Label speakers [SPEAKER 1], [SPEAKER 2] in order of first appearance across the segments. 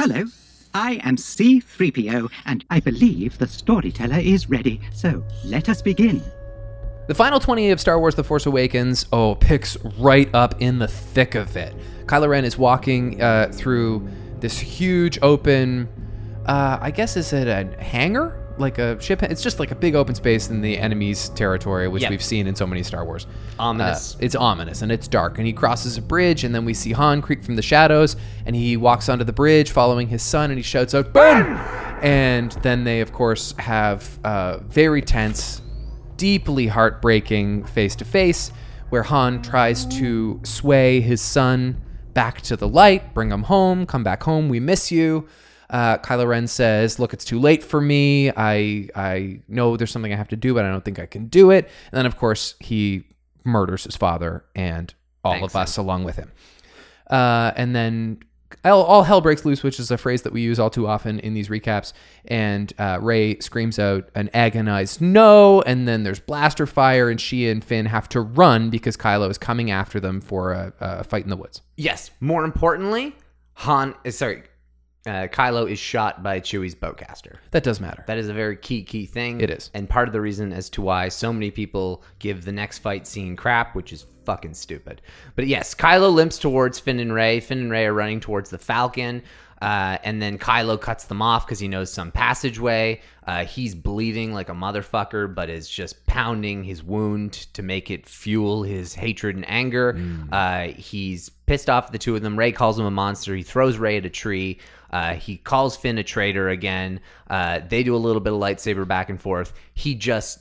[SPEAKER 1] Hello, I am C3PO, and I believe the storyteller is ready, so let us begin.
[SPEAKER 2] The final 20 of Star Wars The Force Awakens, oh, picks right up in the thick of it. Kylo Ren is walking uh, through this huge open, uh, I guess, is it a hangar? Like a ship? It's just like a big open space in the enemy's territory, which
[SPEAKER 3] Yeah.
[SPEAKER 2] we've seen in so many Star Wars.
[SPEAKER 3] Ominous.
[SPEAKER 2] Uh, it's ominous and it's dark. And he crosses a bridge, and then we see Han creep from the shadows, and he walks onto the bridge following his son, and he shouts out, Ben! And then they, of course, have uh, very tense, deeply heartbreaking face to face where Han tries to sway his son back to the light, bring him home, come back home, we miss you. Uh, Kylo Ren says, "Look, it's too late for me. I I know there's something I have to do, but I don't think I can do it." And then, of course, he murders his father and all of us along with him. Uh, and then all, all hell breaks loose, which is a phrase that we use all too often in these recaps. And uh, Ray screams out an agonized no, and then there's blaster fire, and she and Finn have to run because Kylo is coming after them for a, a fight in the woods.
[SPEAKER 3] Yes. More importantly, Han is sorry. Uh, Kylo is shot by Chewie's bowcaster.
[SPEAKER 2] That does matter.
[SPEAKER 3] That is a very key key thing.
[SPEAKER 2] It is.
[SPEAKER 3] and part of the reason as to why so many people give the next fight scene crap, which is fucking stupid. But yes, Kylo limps towards Finn and Ray. Finn and Ray are running towards the Falcon. Uh, and then Kylo cuts them off because he knows some passageway. Uh, he's bleeding like a motherfucker, but is just pounding his wound to make it fuel his hatred and anger.
[SPEAKER 2] Mm.
[SPEAKER 3] Uh, he's pissed off at the two of them. Ray calls him a monster. He throws Ray at a tree. Uh, he calls Finn a traitor again. Uh, they do a little bit of lightsaber back and forth. He just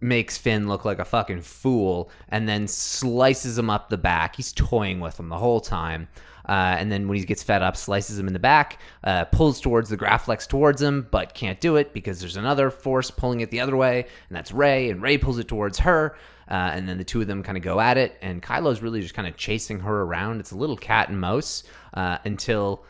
[SPEAKER 3] makes Finn look like a fucking fool and then slices him up the back. He's toying with him the whole time. Uh, and then when he gets fed up, slices him in the back, uh, pulls towards the Graflex towards him, but can't do it because there's another force pulling it the other way, and that's Ray, and Ray pulls it towards her. Uh, and then the two of them kind of go at it, and Kylo's really just kind of chasing her around. It's a little cat and mouse uh, until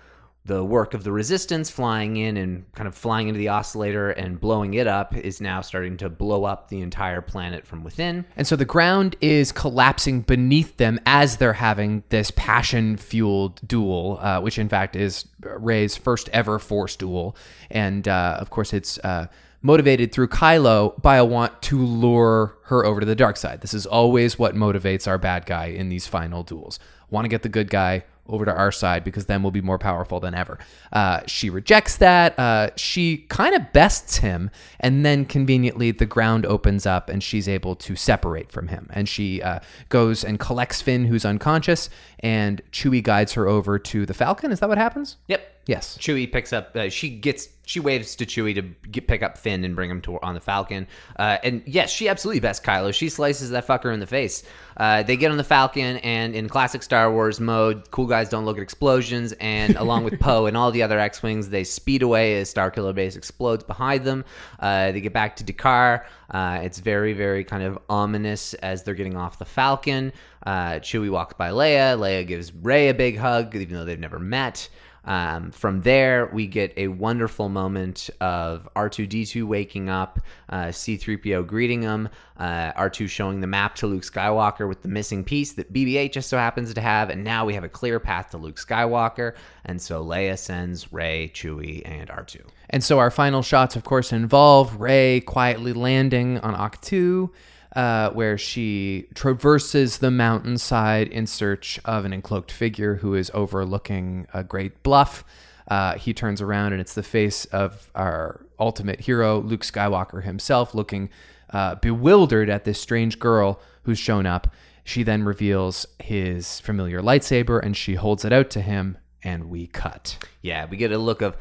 [SPEAKER 3] the work of the resistance flying in and kind of flying into the oscillator and blowing it up is now starting to blow up the entire planet from within.
[SPEAKER 2] And so the ground is collapsing beneath them as they're having this passion fueled duel, uh, which in fact is Ray's first ever force duel. And uh, of course, it's uh, motivated through Kylo by a want to lure her over to the dark side. This is always what motivates our bad guy in these final duels. Want to get the good guy over to our side because then we'll be more powerful than ever. Uh, she rejects that. Uh, she kind of bests him, and then conveniently the ground opens up and she's able to separate from him. And she uh, goes and collects Finn, who's unconscious, and Chewie guides her over to the Falcon. Is that what happens?
[SPEAKER 3] Yep.
[SPEAKER 2] Yes.
[SPEAKER 3] Chewie picks up. Uh, she gets. She waves to Chewie to get, pick up Finn and bring him to on the Falcon. Uh, and yes, she absolutely best Kylo. She slices that fucker in the face. Uh, they get on the Falcon, and in classic Star Wars mode, cool guys don't look at explosions. And along with Poe and all the other X-wings, they speed away as Starkiller Base explodes behind them. Uh, they get back to Dakar. Uh, it's very, very kind of ominous as they're getting off the Falcon. Uh, Chewie walks by Leia. Leia gives Ray a big hug, even though they've never met. Um, from there, we get a wonderful moment of R2D2 waking up, uh, C3PO greeting him, uh, R2 showing the map to Luke Skywalker with the missing piece that BB 8 just so happens to have, and now we have a clear path to Luke Skywalker. And so Leia sends Ray, Chewie, and R2.
[SPEAKER 2] And so our final shots, of course, involve Ray quietly landing on Octu, uh, where she traverses the mountainside in search of an encloaked figure who is overlooking a great bluff. Uh, he turns around and it's the face of our ultimate hero, Luke Skywalker himself, looking uh, bewildered at this strange girl who's shown up. She then reveals his familiar lightsaber and she holds it out to him, and we cut.
[SPEAKER 3] Yeah, we get a look of,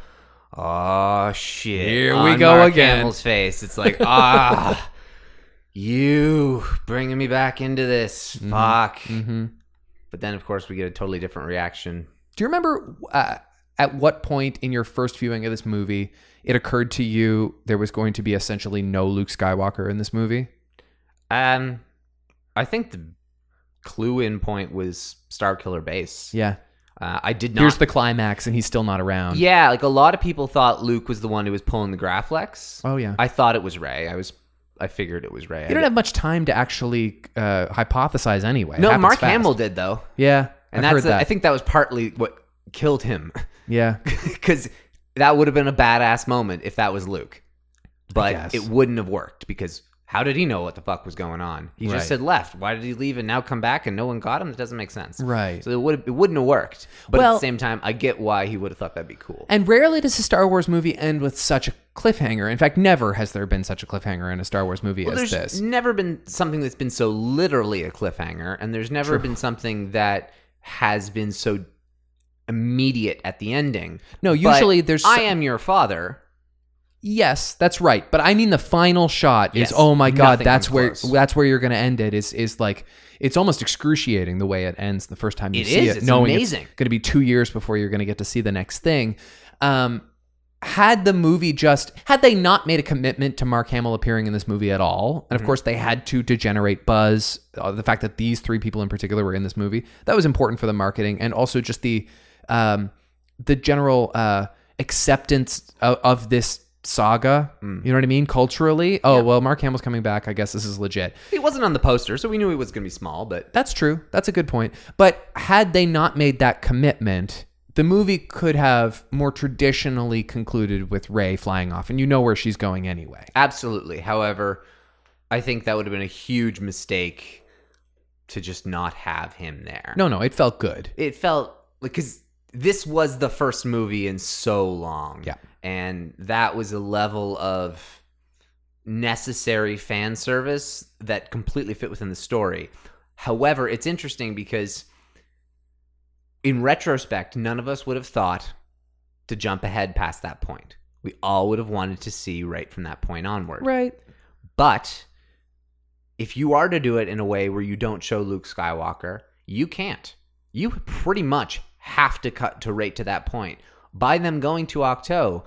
[SPEAKER 3] oh shit.
[SPEAKER 2] Here we
[SPEAKER 3] on
[SPEAKER 2] go
[SPEAKER 3] Mark
[SPEAKER 2] again.
[SPEAKER 3] Hamill's face. It's like, ah, you bringing me back into this. Fuck.
[SPEAKER 2] Mm-hmm.
[SPEAKER 3] But then, of course, we get a totally different reaction.
[SPEAKER 2] Do you remember uh, at what point in your first viewing of this movie it occurred to you there was going to be essentially no Luke Skywalker in this movie?
[SPEAKER 3] Um, I think the clue in point was Star Killer Base.
[SPEAKER 2] Yeah.
[SPEAKER 3] Uh, I did not.
[SPEAKER 2] Here's the climax, and he's still not around.
[SPEAKER 3] yeah, like a lot of people thought Luke was the one who was pulling the Graflex.
[SPEAKER 2] Oh yeah.
[SPEAKER 3] I thought it was Ray. I was, I figured it was Ray.
[SPEAKER 2] you don't have much time to actually uh, hypothesize anyway. It
[SPEAKER 3] no,
[SPEAKER 2] happens
[SPEAKER 3] Mark
[SPEAKER 2] fast.
[SPEAKER 3] Hamill did though,
[SPEAKER 2] Yeah,
[SPEAKER 3] and
[SPEAKER 2] I've
[SPEAKER 3] that's.
[SPEAKER 2] heard
[SPEAKER 3] the-
[SPEAKER 2] that.
[SPEAKER 3] I think that was partly what killed him
[SPEAKER 2] Yeah.
[SPEAKER 3] because that would have been a badass moment if that was Luke.
[SPEAKER 2] guess.
[SPEAKER 3] But it wouldn't have worked because how did he know what the fuck was going on? He
[SPEAKER 2] Right.
[SPEAKER 3] just said left. Why did he leave and now come back and no one got him? That doesn't make sense.
[SPEAKER 2] Right.
[SPEAKER 3] So it would it wouldn't have worked. But at
[SPEAKER 2] Well-
[SPEAKER 3] the same time, I get why he would have thought that'd be cool.
[SPEAKER 2] And rarely does a Star Wars movie end with such a cliffhanger. In fact, never has there been such a cliffhanger in a Star Wars movie
[SPEAKER 3] Well,
[SPEAKER 2] as
[SPEAKER 3] there's
[SPEAKER 2] this.
[SPEAKER 3] never been something that's been so literally a cliffhanger, and there's never been something that has been so immediate at the ending.
[SPEAKER 2] No,
[SPEAKER 3] But
[SPEAKER 2] usually there's
[SPEAKER 3] I am your father.
[SPEAKER 2] yes, that's right. But I mean, the final shot is
[SPEAKER 3] Yes.
[SPEAKER 2] oh my god,
[SPEAKER 3] Nothing
[SPEAKER 2] that's
[SPEAKER 3] comes
[SPEAKER 2] where
[SPEAKER 3] close.
[SPEAKER 2] that's where you're going to end it. Is is like it's almost excruciating the way it ends the first time you
[SPEAKER 3] It
[SPEAKER 2] see
[SPEAKER 3] is.
[SPEAKER 2] it,
[SPEAKER 3] It's
[SPEAKER 2] knowing
[SPEAKER 3] amazing.
[SPEAKER 2] it's going to be two years before you're going to get to see the next thing. Um, had the movie just had they not made a commitment to Mark Hamill appearing in this movie at all,
[SPEAKER 3] Mm-hmm.
[SPEAKER 2] and of course they had to to generate buzz. Uh, the fact that these three people in particular were in this movie that was important for the marketing and also just the um, the general uh, acceptance of, of this saga.
[SPEAKER 3] Mm.
[SPEAKER 2] You know what I mean culturally? Oh well, Mark Hamill's coming back. I guess this is legit.
[SPEAKER 3] He wasn't on the poster, so we knew he was going to be small, but
[SPEAKER 2] That's true. That's a good point. But had they not made that commitment, the movie could have more traditionally concluded with Ray flying off, and you know where she's going anyway.
[SPEAKER 3] Absolutely. However, I think that would have been a huge mistake to just not have him there.
[SPEAKER 2] No, no, it felt good.
[SPEAKER 3] It felt like because this was the first movie in so long.
[SPEAKER 2] Yeah.
[SPEAKER 3] And that was a level of necessary fan service that completely fit within the story. However, it's interesting because in retrospect, none of us would have thought to jump ahead past that point. We all would have wanted to see right from that point onward.
[SPEAKER 2] Right.
[SPEAKER 3] But if you are to do it in a way where you don't show Luke Skywalker, you can't. You pretty much have to cut to rate to that point. By them going to Octo,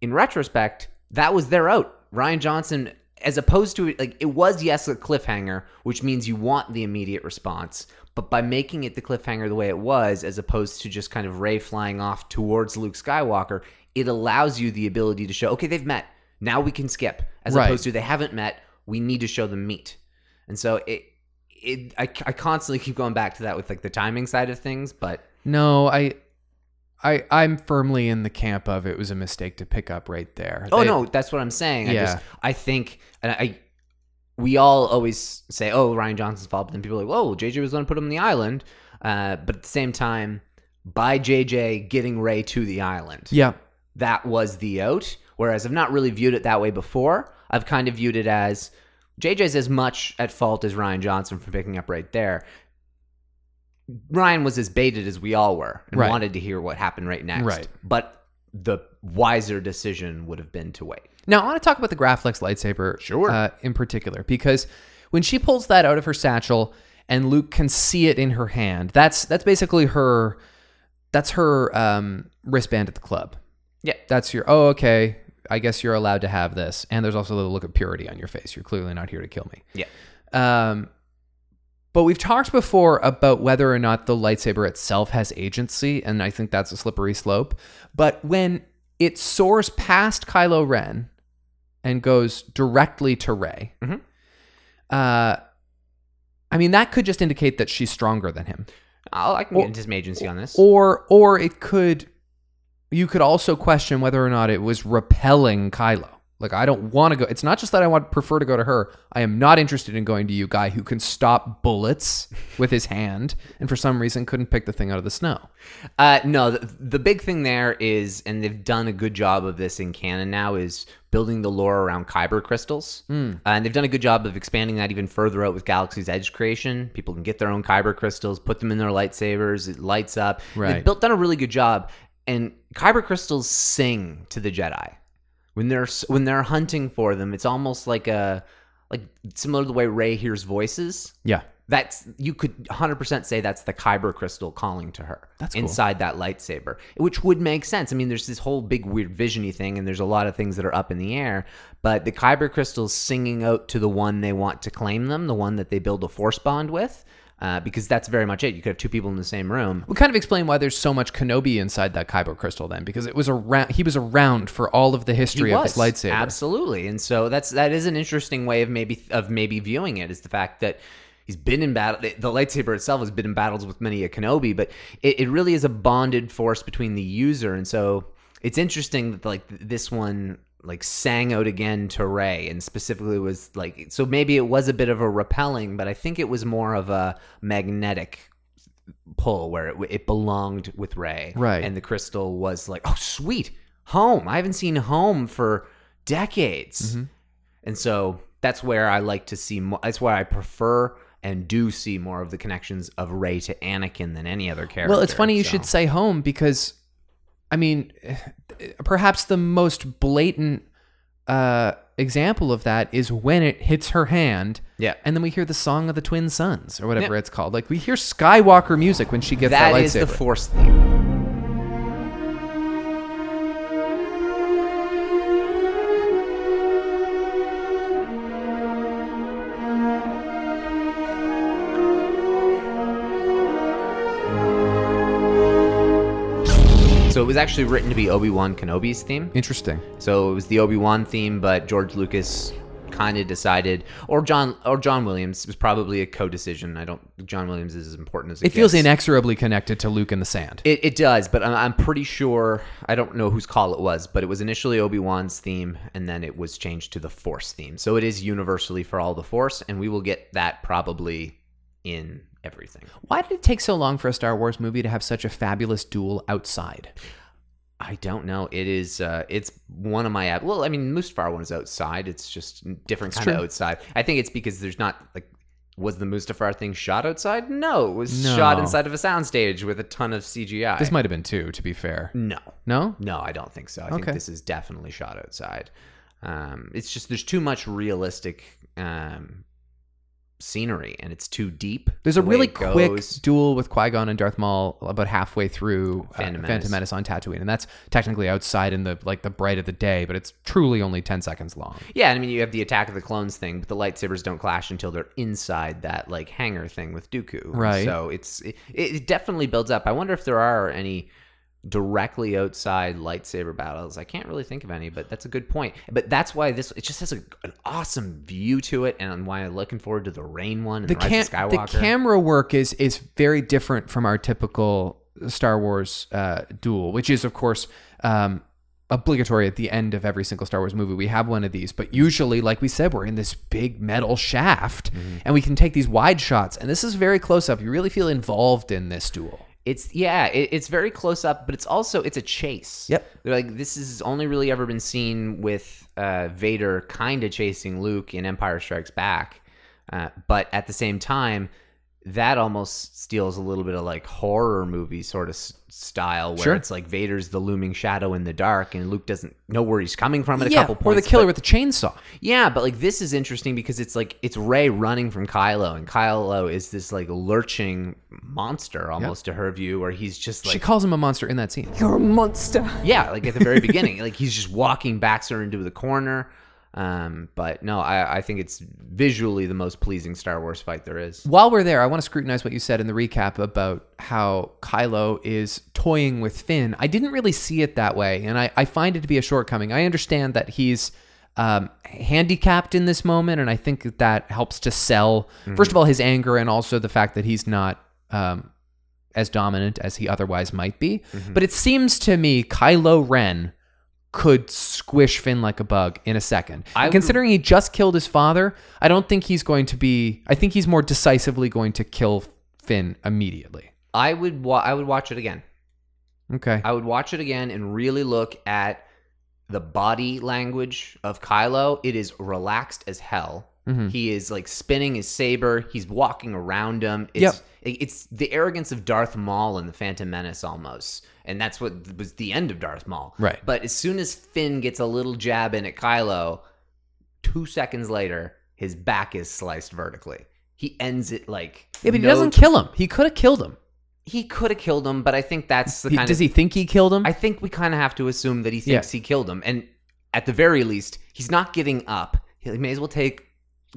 [SPEAKER 3] in retrospect, that was their out. Ryan Johnson, as opposed to like it was yes a cliffhanger, which means you want the immediate response. But by making it the cliffhanger the way it was, as opposed to just kind of Ray flying off towards Luke Skywalker, it allows you the ability to show, okay, they've met. Now we can skip, as
[SPEAKER 2] Right.
[SPEAKER 3] opposed to they haven't met. We need to show them meet. And so it, it, I, I constantly keep going back to that with like the timing side of things, but
[SPEAKER 2] No, I. I, I'm firmly in the camp of it was a mistake to pick up right there.
[SPEAKER 3] Oh
[SPEAKER 2] They-
[SPEAKER 3] no, that's what I'm saying. I
[SPEAKER 2] Yeah.
[SPEAKER 3] just I think and I we all always say, "Oh, Ryan Johnson's fault," but then people are like, "Whoa, JJ was going to put him on the island," uh, but at the same time, by JJ getting Ray to the island,
[SPEAKER 2] Yeah.
[SPEAKER 3] that was the out. Whereas I've not really viewed it that way before. I've kind of viewed it as JJ's as much at fault as Ryan Johnson for picking up right there. Ryan was as baited as we all were and
[SPEAKER 2] Right.
[SPEAKER 3] wanted to hear what happened right next.
[SPEAKER 2] Right.
[SPEAKER 3] But the wiser decision would have been to wait.
[SPEAKER 2] Now I want to talk about the Graflex lightsaber,
[SPEAKER 3] Sure.
[SPEAKER 2] uh, in particular, because when she pulls that out of her satchel and Luke can see it in her hand, that's that's basically her, that's her um, wristband at the club.
[SPEAKER 3] Yeah.
[SPEAKER 2] that's your. Oh, okay. I guess you're allowed to have this. And there's also the look of purity on your face. You're clearly not here to kill me.
[SPEAKER 3] Yeah.
[SPEAKER 2] Um, but we've talked before about whether or not the lightsaber itself has agency, and I think that's a slippery slope. But when it soars past Kylo Ren and goes directly to Rey,
[SPEAKER 3] Mhm.
[SPEAKER 2] uh, I mean that could just indicate that she's stronger than him,
[SPEAKER 3] I'll, I can
[SPEAKER 2] Or-
[SPEAKER 3] get into some agency on this.
[SPEAKER 2] or or it could you could also question whether or not it was repelling Kylo. Like I don't want to go. It's not just that I want prefer to go to her. I am not interested in going to you, guy who can stop bullets with his hand, and for some reason couldn't pick the thing out of the snow.
[SPEAKER 3] Uh, no, the, the big thing there is, and they've done a good job of this in canon now, is building the lore around kyber crystals. Uh, and they've done a good job of expanding that even further out with Galaxy's Edge creation. People can get their own kyber crystals, put them in their lightsabers, it lights up. And
[SPEAKER 2] Right.
[SPEAKER 3] They've built, done a really good job. And kyber crystals sing to the Jedi. When they're s- when they're hunting for them, it's almost like a like similar to the way Ray hears voices
[SPEAKER 2] Yeah,
[SPEAKER 3] that's you could 100% say that's the kyber crystal calling to her
[SPEAKER 2] That's cool.
[SPEAKER 3] inside that lightsaber which would make sense i mean there's this whole big weird visiony thing and there's a lot of things that are up in the air but the kyber crystal's singing out to the one they want to claim them the one that they build a force bond with uh, because that's very much it you could have two people in the same room
[SPEAKER 2] we kind of explain why there's so much Kenobi inside that Kyber crystal then, because it was around. He was around for all of the history
[SPEAKER 3] He
[SPEAKER 2] of this
[SPEAKER 3] was,
[SPEAKER 2] lightsaber.
[SPEAKER 3] Absolutely, and so that's that is an interesting way of maybe of maybe viewing it is the fact that He's been in battle. The lightsaber itself has been in battles with many a Kenobi, but it, it really is a bonded force between the user, and so it's interesting that like th- this one like sang out again to Ray, and specifically was like so maybe it was a bit of a repelling, but I think it was more of a magnetic pull where it, it belonged with Ray,
[SPEAKER 2] Right.
[SPEAKER 3] And the crystal was like, oh sweet, home. I haven't seen home for decades.
[SPEAKER 2] Mm-hmm.
[SPEAKER 3] And so that's where I like to see more. That's where I prefer and do see more of the connections of Ray to Anakin than any other character.
[SPEAKER 2] Well, it's funny you
[SPEAKER 3] so.
[SPEAKER 2] should say home because, I mean, perhaps the most blatant uh, example of that is when it hits her hand.
[SPEAKER 3] Yeah.
[SPEAKER 2] And then we hear the song of the twin sons or whatever it's called. Like we hear Skywalker music when she gets that,
[SPEAKER 3] That is the
[SPEAKER 2] lightsaber.
[SPEAKER 3] Force theme. So it was actually written to be Obi Wan Kenobi's theme.
[SPEAKER 2] Interesting.
[SPEAKER 3] So it was the Obi Wan theme, but George Lucas kind of decided, or John, or John Williams it was probably a co-decision. I don't. John Williams is as important as it,
[SPEAKER 2] It feels
[SPEAKER 3] gets.
[SPEAKER 2] inexorably connected to Luke in the sand.
[SPEAKER 3] It, it does, but I'm, I'm pretty sure I don't know whose call it was, but it was initially Obi Wan's theme, and then it was changed to the Force theme. So it is universally for all the Force, and we will get that probably in everything.
[SPEAKER 2] Why did it take so long for a Star Wars movie to have such a fabulous duel outside?
[SPEAKER 3] I don't know. It is. Uh, it's one of my. ab- Well, I mean, Mustafar one is outside. It's just different kind of
[SPEAKER 2] true.
[SPEAKER 3] outside. I think it's because there's not like. Was the Mustafar thing shot outside? No, it was
[SPEAKER 2] No.
[SPEAKER 3] shot inside of a soundstage with a ton of CGI.
[SPEAKER 2] This might have been two, to be fair.
[SPEAKER 3] no,
[SPEAKER 2] No?
[SPEAKER 3] no, I don't think so. I
[SPEAKER 2] Okay.
[SPEAKER 3] think this is definitely shot outside. Um, it's just there's too much realistic um, scenery, and it's too deep.
[SPEAKER 2] There's a
[SPEAKER 3] the way
[SPEAKER 2] really
[SPEAKER 3] it
[SPEAKER 2] quick
[SPEAKER 3] goes.
[SPEAKER 2] duel with Qui Gon and Darth Maul about halfway through uh, Phantom,
[SPEAKER 3] Phantom Menace.
[SPEAKER 2] Menace. on Tatooine, and that's technically outside in the like the bright of the day, but it's truly only ten seconds long.
[SPEAKER 3] Yeah, and I mean you have the Attack of the Clones thing, but the lightsabers don't clash until they're inside that like hangar thing with Dooku. And
[SPEAKER 2] Right.
[SPEAKER 3] So it's it, it definitely builds up. I wonder if there are any directly outside lightsaber battles. I can't really think of any, but that's a good point. But that's why this it just has a, an awesome view to it, and why I'm looking forward to the Rain one and the,
[SPEAKER 2] The,
[SPEAKER 3] Rise
[SPEAKER 2] cam-
[SPEAKER 3] of
[SPEAKER 2] the
[SPEAKER 3] Skywalker.
[SPEAKER 2] camera work is is very different from our typical Star Wars uh, duel, which is of course um, obligatory at the end of every single Star Wars movie. We have one of these, but usually, like we said, we're in this big metal shaft,
[SPEAKER 3] Mm-hmm.
[SPEAKER 2] and we can take these wide shots. And this is very close up. You really feel involved in this duel.
[SPEAKER 3] It's yeah, it, it's very close up, but it's also it's a chase.
[SPEAKER 2] Yep.
[SPEAKER 3] They're like this is only really ever been seen with uh, Vader kind of chasing Luke in Empire Strikes Back, uh, but at the same time, that almost steals a little bit of like horror movie sort of s- style where
[SPEAKER 2] Sure.
[SPEAKER 3] it's like Vader's the looming shadow in the dark, and Luke doesn't know where he's coming from at a couple
[SPEAKER 2] or
[SPEAKER 3] points.
[SPEAKER 2] the
[SPEAKER 3] but-
[SPEAKER 2] killer with the chainsaw.
[SPEAKER 3] yeah, but like this is interesting because it's like it's Ray running from Kylo, and Kylo is this like lurching monster almost to her view, where he's just
[SPEAKER 2] she
[SPEAKER 3] like
[SPEAKER 2] calls him a monster in that scene.
[SPEAKER 4] You're a monster.
[SPEAKER 3] yeah, like at the very beginning, like he's just walking backs her into the corner. Um, but no, I, I think it's visually the most pleasing Star Wars fight there is.
[SPEAKER 2] While we're there, I want to scrutinize what you said in the recap about how Kylo is toying with Finn. I didn't really see it that way, and I, I find it to be a shortcoming. I understand that he's um, handicapped in this moment, and I think that, that helps to sell,
[SPEAKER 3] Mm-hmm.
[SPEAKER 2] first of all, his anger and also the fact that he's not um, as dominant as he otherwise might be.
[SPEAKER 3] Mm-hmm. Hmm.
[SPEAKER 2] But it seems to me Kylo Ren could squish Finn like a bug in a second.
[SPEAKER 3] I
[SPEAKER 2] And
[SPEAKER 3] would-
[SPEAKER 2] considering he just killed his father, I don't think he's going to be. I think he's more decisively going to kill Finn immediately.
[SPEAKER 3] I would wa- I would watch it again.
[SPEAKER 2] Okay.
[SPEAKER 3] I would watch it again and really look at the body language of Kylo. It is relaxed as hell.
[SPEAKER 2] Mhm.
[SPEAKER 3] He is like spinning his saber. He's walking around him. It's, it- it's the arrogance of Darth Maul in the Phantom Menace almost. And that's what was the end of Darth Maul.
[SPEAKER 2] Right.
[SPEAKER 3] But as soon as Finn gets a little jab in at Kylo, two seconds later, his back is sliced vertically. He ends it like.
[SPEAKER 2] Yeah, but he
[SPEAKER 3] no-
[SPEAKER 2] doesn't kill him. He could have killed him.
[SPEAKER 3] He could have killed him, but I think that's the
[SPEAKER 2] He-
[SPEAKER 3] kind
[SPEAKER 2] does
[SPEAKER 3] of.
[SPEAKER 2] he think he killed him?
[SPEAKER 3] I think we kind of have to assume that he thinks he killed him, and at the very least, he's not giving up. He may as well take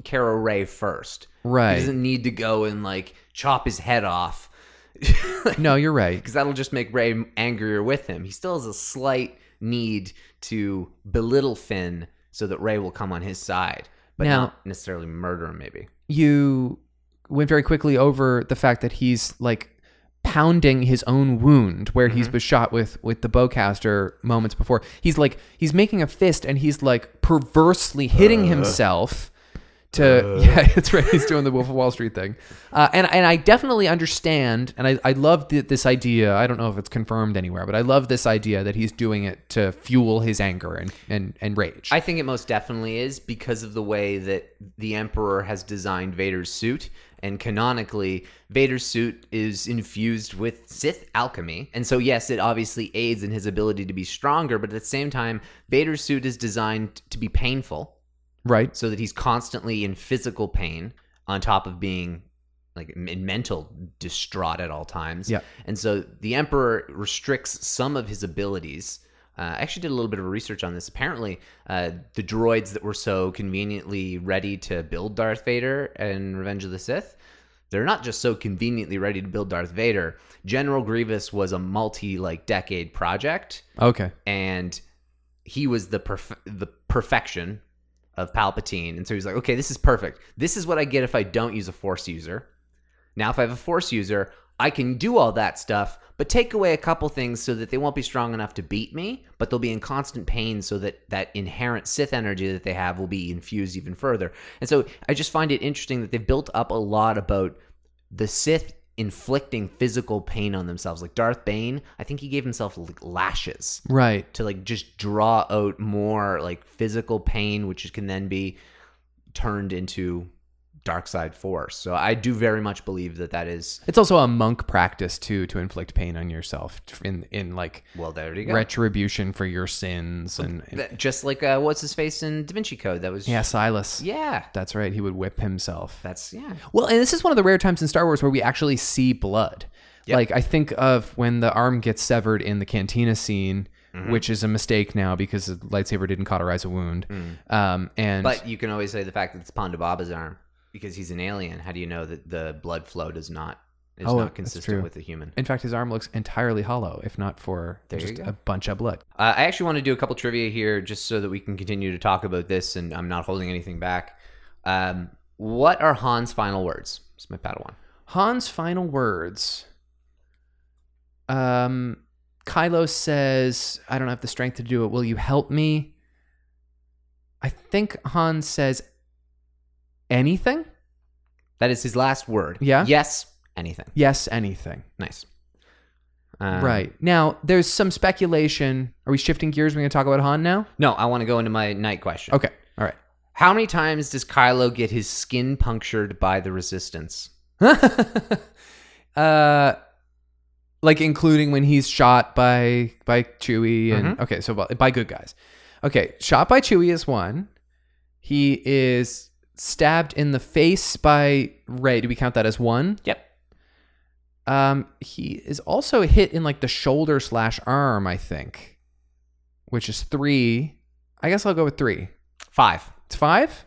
[SPEAKER 3] Cara Ray first. He
[SPEAKER 2] right.
[SPEAKER 3] doesn't need to go and like chop his head off
[SPEAKER 2] No, you're right.
[SPEAKER 3] because that'll just make Ray angrier with him. He still has a slight need to belittle Finn so that Ray will come on his side, but
[SPEAKER 2] Now-
[SPEAKER 3] not necessarily murder him. Maybe
[SPEAKER 2] You went very quickly over the fact that he's like pounding his own wound where he's been shot with with the bowcaster moments before. He's like he's making a fist and he's like perversely hitting himself to yeah that's right he's doing the wolf of wall street thing uh, and and i definitely understand and i i love th- this idea i don't know if it's confirmed anywhere but i love this idea that he's doing it to fuel his anger and and and rage
[SPEAKER 3] I think it most definitely is because of the way that the Emperor has designed Vader's suit. And canonically, Vader's suit is infused with Sith alchemy. And so, yes, it obviously aids in his ability to be stronger, but at the same time, Vader's suit is designed to be painful
[SPEAKER 2] right
[SPEAKER 3] so that he's constantly in physical pain on top of being like in mental distraught at all times.
[SPEAKER 2] Yeah.
[SPEAKER 3] And so the emperor restricts some of his abilities. Uh, I actually did a little bit of research on this. Apparently, uh, the droids that were so conveniently ready to build Darth Vader and Revenge of the Sith, they're not just so conveniently ready to build Darth Vader. General Grievous was a multi like decade project
[SPEAKER 2] okay
[SPEAKER 3] and he was the perf- the perfection of Palpatine. And so he's like, okay, this is perfect. This is what I get if I don't use a Force user. Now, if I have a Force user, I can do all that stuff, but take away a couple things so that they won't be strong enough to beat me, but they'll be in constant pain so that that inherent Sith energy that they have will be infused even further. And so I just find it interesting that they've built up a lot about the Sith inflicting physical pain on themselves. Like Darth Bane, I think he gave himself like lashes
[SPEAKER 2] right
[SPEAKER 3] to like just draw out more like physical pain, which can then be turned into dark side force. So I do very much believe that that is
[SPEAKER 2] It's also a monk practice too to inflict pain on yourself in in like
[SPEAKER 3] well. There you go.
[SPEAKER 2] retribution for your sins and, and-
[SPEAKER 3] That- just like uh, what's his face in Da Vinci Code. That was
[SPEAKER 2] yeah, Silas.
[SPEAKER 3] yeah.
[SPEAKER 2] That's right. He would whip himself.
[SPEAKER 3] That's yeah.
[SPEAKER 2] Well, and this is one of the rare times in Star Wars where we actually see blood.
[SPEAKER 3] Yep.
[SPEAKER 2] Like I think of when the arm gets severed in the cantina scene,
[SPEAKER 3] Mm-hmm.
[SPEAKER 2] which is a mistake now because the lightsaber didn't cauterize a wound. Um, and
[SPEAKER 3] Mm. But you can always say the fact that it's Ponda Baba's arm because he's an alien. How do you know that the blood flow does not is
[SPEAKER 2] Oh,
[SPEAKER 3] not
[SPEAKER 2] that's
[SPEAKER 3] consistent
[SPEAKER 2] true.
[SPEAKER 3] with the human?
[SPEAKER 2] in fact, his arm looks entirely hollow, if not for
[SPEAKER 3] There you
[SPEAKER 2] just
[SPEAKER 3] go.
[SPEAKER 2] a bunch of blood.
[SPEAKER 3] Uh, I actually want to do a couple trivia here just so that we can continue to talk about this and I'm not holding anything back. Um, what are Han's final words? It's my Padawan.
[SPEAKER 2] Han's final words. Um, Kylo says, "I don't have the strength to do it. Will you help me?" I think Han says, "Anything?
[SPEAKER 3] That is his last word.
[SPEAKER 2] Yeah?
[SPEAKER 3] Yes, anything.
[SPEAKER 2] Yes, anything."
[SPEAKER 3] Nice. Um,
[SPEAKER 2] right now, there's some speculation. Are we shifting gears? We're going to talk about Han now.
[SPEAKER 3] No, I want to go into my night question.
[SPEAKER 2] Okay. All right.
[SPEAKER 3] How many times does Kylo get his skin punctured by the resistance?
[SPEAKER 2] uh like including when he's shot by by Chewie and okay, so by, by good guys. Okay, shot by Chewie is one. He is stabbed in the face by Ray. Do we count that as one?
[SPEAKER 3] Yep.
[SPEAKER 2] Um he is also hit in like the shoulder slash arm, I think. Which is three. I guess I'll go with three.
[SPEAKER 3] Five.
[SPEAKER 2] It's five?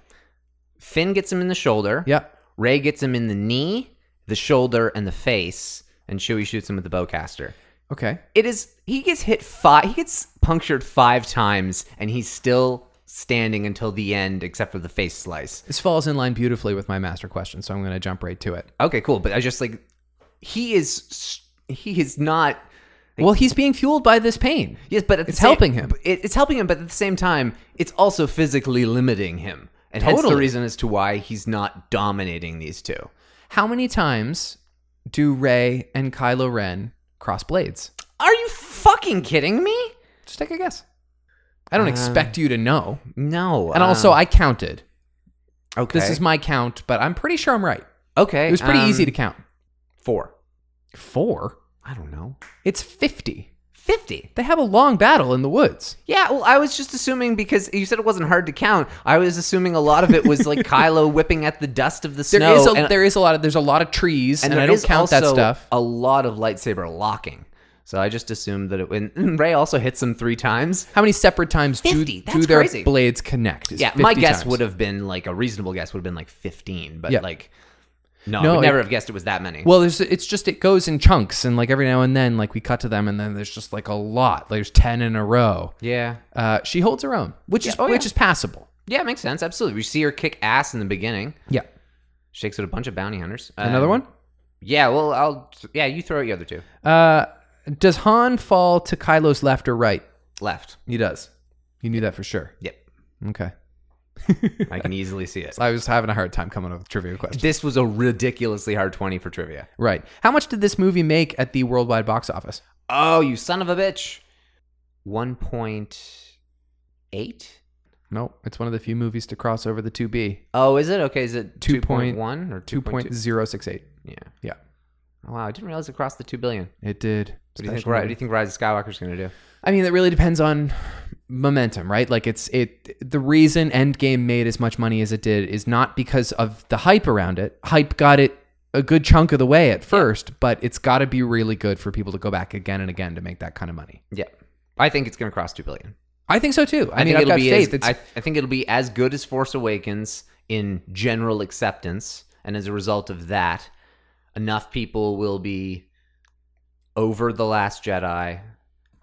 [SPEAKER 3] Finn gets him in the shoulder.
[SPEAKER 2] Yep.
[SPEAKER 3] Ray gets him in the knee, the shoulder, and the face, and Chewie shoots him with the bowcaster.
[SPEAKER 2] Okay.
[SPEAKER 3] It is he gets hit five he gets punctured five times and he's still standing until the end except for the face slice.
[SPEAKER 2] This falls in line beautifully with my master question, so I'm gonna jump right to it.
[SPEAKER 3] Okay, cool, but I just like he is s- he is not
[SPEAKER 2] Well, he's being fueled by this pain.
[SPEAKER 3] Yes, but at the
[SPEAKER 2] It's
[SPEAKER 3] same-
[SPEAKER 2] helping him.
[SPEAKER 3] It, it's helping him, but at the same time, it's also physically limiting him, and hence the
[SPEAKER 2] Totally.
[SPEAKER 3] reason as to why he's not dominating these two.
[SPEAKER 2] How many times do Ray and Kylo Ren cross blades?
[SPEAKER 3] Are you fucking kidding me?
[SPEAKER 2] Just take a guess. I
[SPEAKER 3] Uh,
[SPEAKER 2] don't expect you to know.
[SPEAKER 3] No. um,
[SPEAKER 2] And also, I counted.
[SPEAKER 3] okay.
[SPEAKER 2] This is my count, but I'm pretty sure I'm right.
[SPEAKER 3] okay.
[SPEAKER 2] It was pretty
[SPEAKER 3] um,
[SPEAKER 2] easy to count.
[SPEAKER 3] four.
[SPEAKER 2] Four?
[SPEAKER 3] I don't know.
[SPEAKER 2] It's 50.
[SPEAKER 3] Fifty.
[SPEAKER 2] They have a long battle in the woods.
[SPEAKER 3] Yeah, well, I was just assuming because you said it wasn't hard to count. I was assuming a lot of it was like Kylo whipping at the dust of the
[SPEAKER 2] There is
[SPEAKER 3] snow.
[SPEAKER 2] a,
[SPEAKER 3] and,
[SPEAKER 2] there is a lot of there's a lot of trees, and,
[SPEAKER 3] there
[SPEAKER 2] I don't
[SPEAKER 3] is
[SPEAKER 2] count that
[SPEAKER 3] also
[SPEAKER 2] stuff.
[SPEAKER 3] A lot of lightsaber locking. So I just assumed that it. And Ray also hits him three times.
[SPEAKER 2] How many separate times
[SPEAKER 3] 50,
[SPEAKER 2] do, do
[SPEAKER 3] that's
[SPEAKER 2] their
[SPEAKER 3] crazy.
[SPEAKER 2] blades connect? It's
[SPEAKER 3] Yeah, my
[SPEAKER 2] 50
[SPEAKER 3] guess
[SPEAKER 2] times.
[SPEAKER 3] would have been like a reasonable guess would have been like 15, but
[SPEAKER 2] Yeah.
[SPEAKER 3] like no,
[SPEAKER 2] No,
[SPEAKER 3] I would never
[SPEAKER 2] it-
[SPEAKER 3] have guessed it was that many.
[SPEAKER 2] Well, there's it's just it goes in chunks, and like every now and then, like we cut to them, and then there's just like a lot. Like, there's ten in a row.
[SPEAKER 3] yeah.
[SPEAKER 2] Uh, she holds her own, which is
[SPEAKER 3] oh,
[SPEAKER 2] which
[SPEAKER 3] yeah.
[SPEAKER 2] is passable.
[SPEAKER 3] Yeah, it makes sense. Absolutely. We see her kick ass in the beginning.
[SPEAKER 2] Yeah,
[SPEAKER 3] Shakes out a bunch of bounty hunters. Uh,
[SPEAKER 2] Another one?
[SPEAKER 3] Yeah. Well, I'll. Yeah, you throw out your other two.
[SPEAKER 2] Uh, does Han fall to Kylo's left or right?
[SPEAKER 3] Left.
[SPEAKER 2] He does. You knew that for sure.
[SPEAKER 3] Yep.
[SPEAKER 2] Okay.
[SPEAKER 3] I can easily see it.
[SPEAKER 2] I was having a hard time coming up with trivia questions.
[SPEAKER 3] This was a ridiculously hard twenty for trivia.
[SPEAKER 2] Right. How much did this movie make at the worldwide box office?
[SPEAKER 3] Oh, you son of a bitch. 1.8?
[SPEAKER 2] Nope. It's one of the few movies to cross over the 2B.
[SPEAKER 3] Oh, is it? Okay, is it
[SPEAKER 2] Two point-
[SPEAKER 3] 2.1 or 2.2?
[SPEAKER 2] 2.068.
[SPEAKER 3] Yeah.
[SPEAKER 2] Yeah.
[SPEAKER 3] Oh, wow, I didn't realize it crossed the 2 billion. What
[SPEAKER 2] It did.
[SPEAKER 3] do you think,
[SPEAKER 2] Special
[SPEAKER 3] Ri- what
[SPEAKER 2] movie.
[SPEAKER 3] do you think Rise of Skywalker's going to do?
[SPEAKER 2] I mean, it really depends on momentum, right? Like it's it the reason Endgame made as much money as it did is not because of the hype around it. Hype got it a good chunk of the way at first, but it's got to be really good for people to go back again and again to make that kind of money.
[SPEAKER 3] Yeah. I think it's going to cross 2 billion.
[SPEAKER 2] I think so too. I, mean,
[SPEAKER 3] think
[SPEAKER 2] I've
[SPEAKER 3] it'll
[SPEAKER 2] got
[SPEAKER 3] be
[SPEAKER 2] faith.
[SPEAKER 3] As,
[SPEAKER 2] it's,
[SPEAKER 3] I, I think it'll be as good as Force Awakens in general acceptance, and as a result of that, enough people will be over the Last Jedi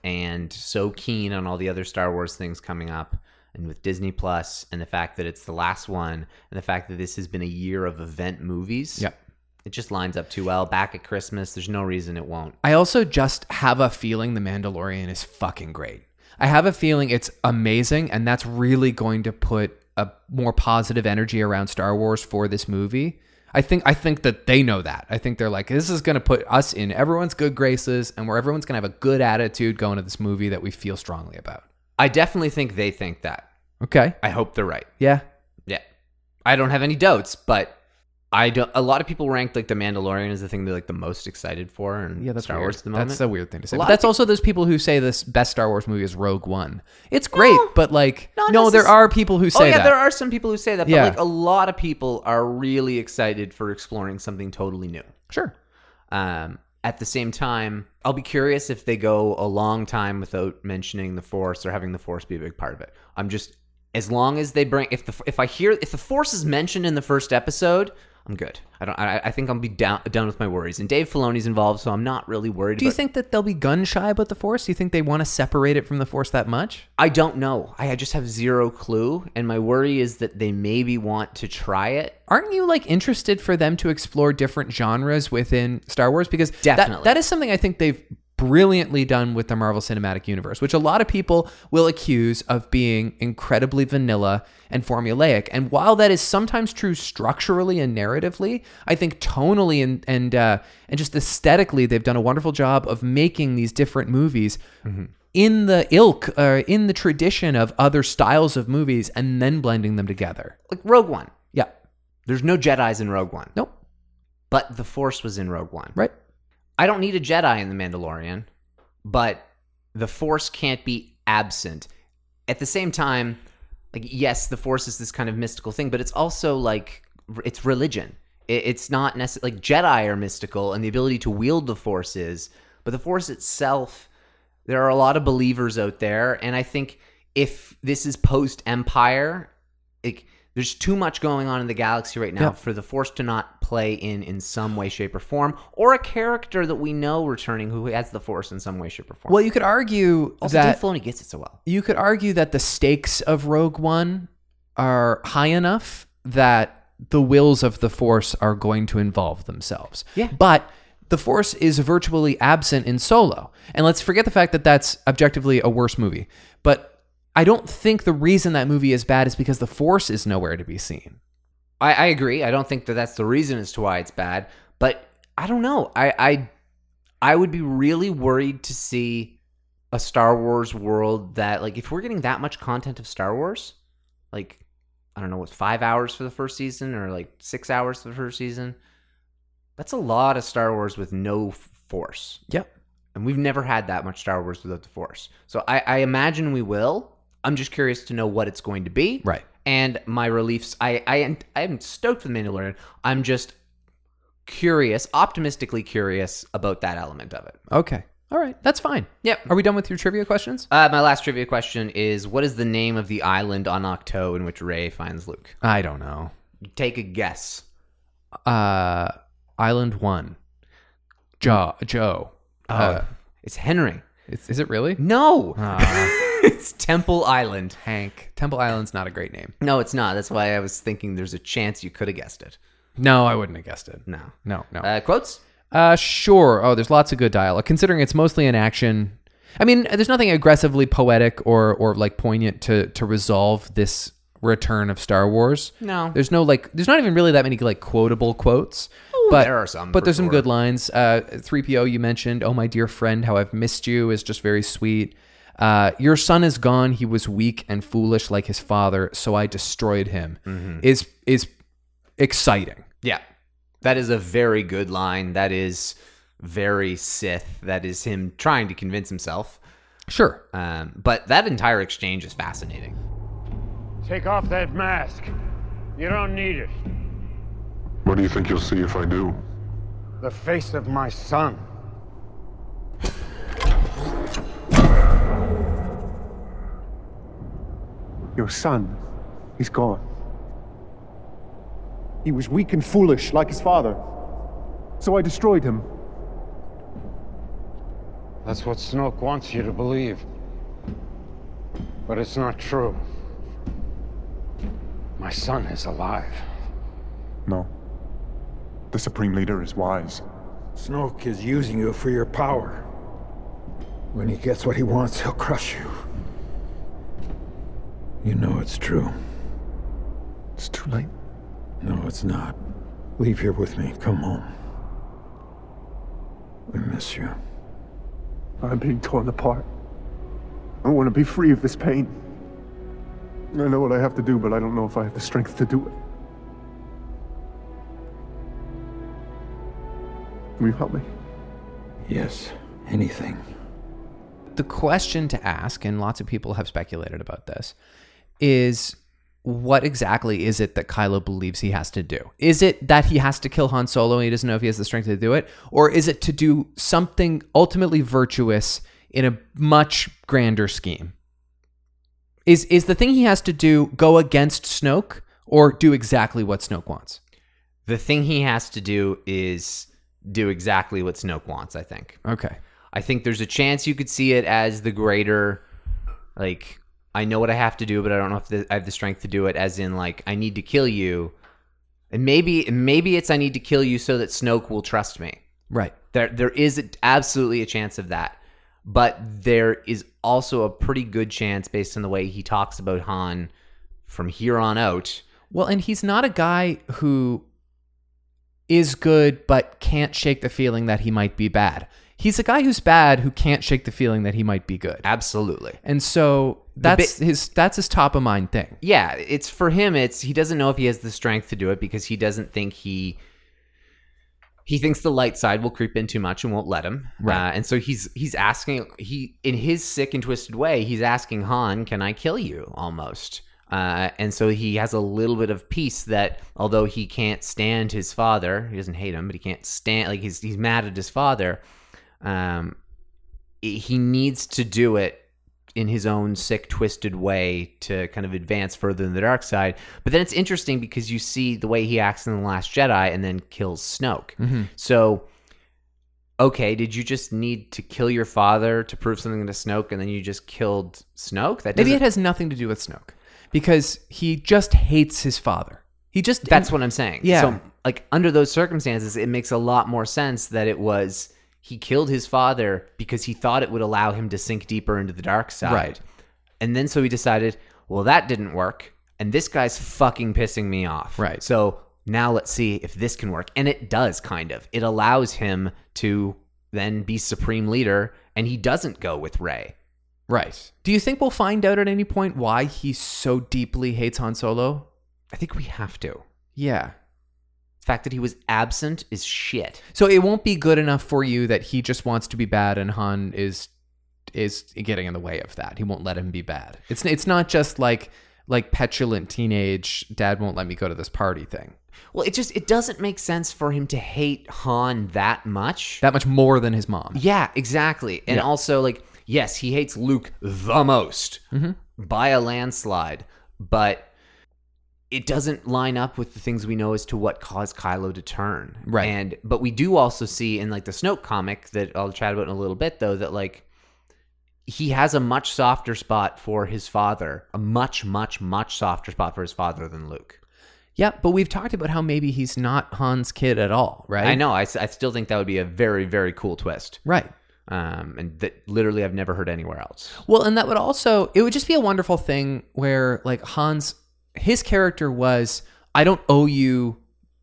[SPEAKER 3] and so keen on all the other Star Wars things coming up. And with Disney Plus, and the fact that it's the last one, and the fact that this has been a year of event movies,
[SPEAKER 2] Yep.
[SPEAKER 3] it just lines up too well. Back at Christmas, there's no reason it won't.
[SPEAKER 2] I also just have a feeling The Mandalorian is fucking great. I have a feeling it's amazing, and that's really going to put a more positive energy around Star Wars for this movie. I think I think that they know that. I think they're like, this is going to put us in everyone's good graces, and where everyone's going to have a good attitude going to this movie that we feel strongly about.
[SPEAKER 3] I definitely think they think that.
[SPEAKER 2] Okay,
[SPEAKER 3] I hope they're right.
[SPEAKER 2] yeah,
[SPEAKER 3] Yeah. I don't have any doubts, but I don't a lot of people ranked like the Mandalorian as the thing they're like the most excited for and
[SPEAKER 2] yeah. That's
[SPEAKER 3] Star
[SPEAKER 2] weird.
[SPEAKER 3] Wars at the moment.
[SPEAKER 2] That's a weird thing to say.
[SPEAKER 3] A
[SPEAKER 2] But
[SPEAKER 3] lot of
[SPEAKER 2] that's also those people who say this best Star Wars movie is Rogue One. It's great, but like,
[SPEAKER 3] not
[SPEAKER 2] no, there
[SPEAKER 3] necess-
[SPEAKER 2] are people who say
[SPEAKER 3] oh yeah,
[SPEAKER 2] that.
[SPEAKER 3] there are some people who say that, but
[SPEAKER 2] Yeah.
[SPEAKER 3] like a lot of people are really excited for exploring something totally new.
[SPEAKER 2] Sure.
[SPEAKER 3] Um at the same time, I'll be curious if they go a long time without mentioning the Force or having the Force be a big part of it. I'm just as long as they bring if the if I hear if the Force is mentioned in the first episode, I'm good. I don't. I, I think I'll be down done with my worries. And Dave Filoni's involved, so I'm not really worried.
[SPEAKER 2] Do you
[SPEAKER 3] about-
[SPEAKER 2] think that they'll be gun shy about the Force? Do you think they want to separate it from the Force that much?
[SPEAKER 3] I don't know. I just have zero clue, and my worry is that they maybe want to try it.
[SPEAKER 2] Aren't you like interested for them to explore different genres within Star Wars? Because that-
[SPEAKER 3] Definitely.
[SPEAKER 2] that is something I think they've brilliantly done with the Marvel Cinematic Universe, which a lot of people will accuse of being incredibly vanilla and formulaic. And while that is sometimes true structurally and narratively, I think tonally and and uh, and just aesthetically, they've done a wonderful job of making these different movies. In the ilk, uh, in the tradition of other styles of movies, and then blending them together.
[SPEAKER 3] Like Rogue One.
[SPEAKER 2] Yeah.
[SPEAKER 3] There's no Jedi's in Rogue One.
[SPEAKER 2] Nope.
[SPEAKER 3] But the Force was in Rogue One.
[SPEAKER 2] Right.
[SPEAKER 3] I don't need a Jedi in The Mandalorian, but the Force can't be absent. At the same time, like yes, the Force is this kind of mystical thing, but it's also like r- it's religion. It, it's not necessarily like Jedi are mystical, and the ability to wield the Force is, but the Force itself, there are a lot of believers out there, and I think if this is post Empire, like there's too much going on in the galaxy right now
[SPEAKER 2] Yeah.
[SPEAKER 3] for the Force to not play in in some way, shape, or form, or a character that we know returning who has the Force in some way, shape, or form.
[SPEAKER 2] Well, you could argue
[SPEAKER 3] also,
[SPEAKER 2] that
[SPEAKER 3] Dave Filoni gets it so well.
[SPEAKER 2] you could argue that the stakes of Rogue One are high enough that the wills of the Force are going to involve themselves.
[SPEAKER 3] Yeah.
[SPEAKER 2] But the Force is virtually absent in Solo, and let's forget the fact that that's objectively a worse movie. But I don't think the reason that movie is bad is because the Force is nowhere to be seen.
[SPEAKER 3] I, I agree. I don't think that that's the reason as to why it's bad, but I don't know. I, I I would be really worried to see a Star Wars world that like if we're getting that much content of Star Wars, like I don't know, what five hours for the first season or like six hours for the first season? That's a lot of Star Wars with no f- force.
[SPEAKER 2] Yep.
[SPEAKER 3] And we've never had that much Star Wars without the force. So I, I imagine we will. I'm just curious to know what it's going to be
[SPEAKER 2] Right.
[SPEAKER 3] and my reliefs. I I am, I am stoked for the Mandalorian. I'm just curious, optimistically curious about that element of it.
[SPEAKER 2] Okay. All right. That's fine.
[SPEAKER 3] Yep.
[SPEAKER 2] Are we done with your trivia questions?
[SPEAKER 3] Uh, my last trivia question is: What is the name of the island on Octo in which Ray finds Luke?
[SPEAKER 2] I don't know.
[SPEAKER 3] Take a guess.
[SPEAKER 2] Uh, Island One. Joe. Joe. Uh,
[SPEAKER 3] It's Henry.
[SPEAKER 2] Is, is it really?
[SPEAKER 3] No,
[SPEAKER 2] Ah.
[SPEAKER 3] it's Temple Island.
[SPEAKER 2] Hank. Temple Island's not a great name.
[SPEAKER 3] No, it's not. That's why I was thinking there's a chance you could have guessed it.
[SPEAKER 2] No, I wouldn't have guessed it.
[SPEAKER 3] No.
[SPEAKER 2] No, no.
[SPEAKER 3] Uh, quotes?
[SPEAKER 2] Uh, sure. Oh, there's lots of good dialogue. Considering it's mostly an action, I mean, there's nothing aggressively poetic or or like poignant to to resolve this return of Star Wars.
[SPEAKER 3] No.
[SPEAKER 2] there's no like, there's not even really that many like quotable quotes. but
[SPEAKER 3] there are some,
[SPEAKER 2] but
[SPEAKER 3] for
[SPEAKER 2] there's some
[SPEAKER 3] sure.
[SPEAKER 2] good lines. Uh, 3PO, you mentioned, "Oh my dear friend, how I've missed you," is just very sweet. Uh, your son is gone. He was weak and foolish like his father, so I destroyed him.
[SPEAKER 3] Mm-hmm.
[SPEAKER 2] Is is exciting.
[SPEAKER 3] Yeah. That is a very good line. That is very Sith. That is him trying to convince himself.
[SPEAKER 2] Sure.
[SPEAKER 3] Um, but that entire exchange is fascinating.
[SPEAKER 4] Take off that mask. You don't need it.
[SPEAKER 5] What do you think you'll see if I do?
[SPEAKER 4] The face of my son.
[SPEAKER 6] Your son is gone. He was weak and foolish like his father. So I destroyed him.
[SPEAKER 4] That's what Snoke wants you to believe. But it's not true. My son is alive.
[SPEAKER 5] No. The Supreme Leader is wise.
[SPEAKER 7] Snoke is using you for your power. When he gets what he wants, he'll crush you. You know it's true.
[SPEAKER 5] It's too late.
[SPEAKER 7] No, it's not. Leave here with me. Come home. I miss you.
[SPEAKER 6] I'm being torn apart. I want to be free of this pain. I know what I have to do, but I don't know if I have the strength to do it. Will you help me?
[SPEAKER 7] Yes, anything.
[SPEAKER 2] the question to ask, and lots of people have speculated about this, is what exactly is it that Kylo believes he has to do? Is it that he has to kill Han Solo and he doesn't know if he has the strength to do it? Or is it to do something ultimately virtuous in a much grander scheme? Is is the thing he has to do go against Snoke or do exactly what Snoke wants?
[SPEAKER 3] The thing he has to do is do exactly what Snoke wants, I think.
[SPEAKER 2] Okay.
[SPEAKER 3] I think there's a chance you could see it as the greater, like, I know what I have to do, but I don't know if the, I have the strength to do it. As in, like, I need to kill you, and maybe, maybe it's I need to kill you so that Snoke will trust me.
[SPEAKER 2] Right.
[SPEAKER 3] There, there is absolutely a chance of that, but there is also a pretty good chance, based on the way he talks about Han, from here on out.
[SPEAKER 2] Well, and he's not a guy who is good but can't shake the feeling that he might be bad. He's a guy who's bad who can't shake the feeling that he might be good.
[SPEAKER 3] Absolutely.
[SPEAKER 2] And so that's
[SPEAKER 3] bi-
[SPEAKER 2] his that's his top of mind thing.
[SPEAKER 3] yeah, it's for him. It's he doesn't know if he has the strength to do it because he doesn't think he he thinks the light side will creep in too much and won't let him.
[SPEAKER 2] Right.
[SPEAKER 3] Uh, and so he's he's asking he in his sick and twisted way he's asking Han, "Can I kill you?" Almost. Uh, and so he has a little bit of peace that although he can't stand his father, he doesn't hate him, but he can't stand like he's he's mad at his father. Um, he needs to do it in his own sick, twisted way to kind of advance further in the dark side. But then it's interesting because you see the way he acts in The Last Jedi and then kills Snoke.
[SPEAKER 2] Mm-hmm.
[SPEAKER 3] So, okay, did you just need to kill your father to prove something to Snoke and then you just killed Snoke? That
[SPEAKER 2] Maybe it
[SPEAKER 3] doesn't-
[SPEAKER 2] has nothing to do with Snoke because he just hates his father. He just
[SPEAKER 3] That's what I'm saying.
[SPEAKER 2] Yeah.
[SPEAKER 3] So, like, under those circumstances, it makes a lot more sense that it was he killed his father because he thought it would allow him to sink deeper into the dark side.
[SPEAKER 2] Right.
[SPEAKER 3] And then so he decided, well, that didn't work. And this guy's fucking pissing me off.
[SPEAKER 2] Right.
[SPEAKER 3] So now let's see if this can work. And it does, kind of. It allows him to then be supreme leader, and he doesn't go with Ray.
[SPEAKER 2] right. Do you think we'll find out at any point why he so deeply hates Han Solo?
[SPEAKER 3] I think we have to. The
[SPEAKER 2] Yeah.
[SPEAKER 3] fact that he was absent is shit.
[SPEAKER 2] So it won't be good enough for you that he just wants to be bad and Han is is getting in the way of that. He won't let him be bad. It's it's not just like like petulant teenage dad won't let me go to this party thing.
[SPEAKER 3] Well, it just it doesn't make sense for him to hate Han that much.
[SPEAKER 2] That much more than his mom.
[SPEAKER 3] yeah, exactly. And
[SPEAKER 2] Yeah.
[SPEAKER 3] also like yes, he hates Luke the most
[SPEAKER 2] Mm-hmm.
[SPEAKER 3] by a landslide, but it doesn't line up with the things we know as to what caused Kylo to turn.
[SPEAKER 2] Right.
[SPEAKER 3] And but we do also see in like the Snoke comic that I'll chat about in a little bit though that like he has a much softer spot for his father, a much, much, much softer spot for his father than Luke.
[SPEAKER 2] Yeah, but we've talked about how maybe he's not Han's kid at all, right?
[SPEAKER 3] I know. I, s- I still think that would be a very, very cool twist.
[SPEAKER 2] Right.
[SPEAKER 3] Um, and that literally I've never heard anywhere else.
[SPEAKER 2] Well, and that would also it would just be a wonderful thing where like Hans his character was I don't owe you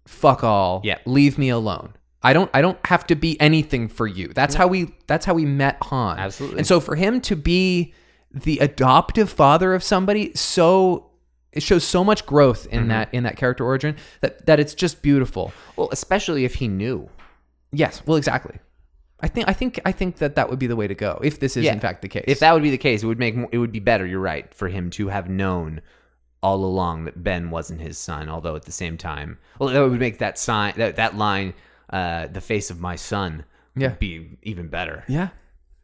[SPEAKER 2] fuck all.
[SPEAKER 3] Yeah.
[SPEAKER 2] Leave me alone. I don't I don't have to be anything for you. That's how we that's how we met Han.
[SPEAKER 3] Absolutely.
[SPEAKER 2] And so for him to be the adoptive father of somebody so it shows so much growth
[SPEAKER 3] Mm-hmm.
[SPEAKER 2] in that in that character origin that that it's just beautiful.
[SPEAKER 3] Well, especially if he knew.
[SPEAKER 2] Yes, well exactly. I think I think I think that that would be the way to go if this is
[SPEAKER 3] Yeah.
[SPEAKER 2] in fact the case.
[SPEAKER 3] If that would be the case, it would make mo- it would be better. You're right for him to have known all along that Ben wasn't his son. Although at the same time, well, that would make that sign that that line, uh, the face of my son,
[SPEAKER 2] Yeah.
[SPEAKER 3] be even better.
[SPEAKER 2] yeah.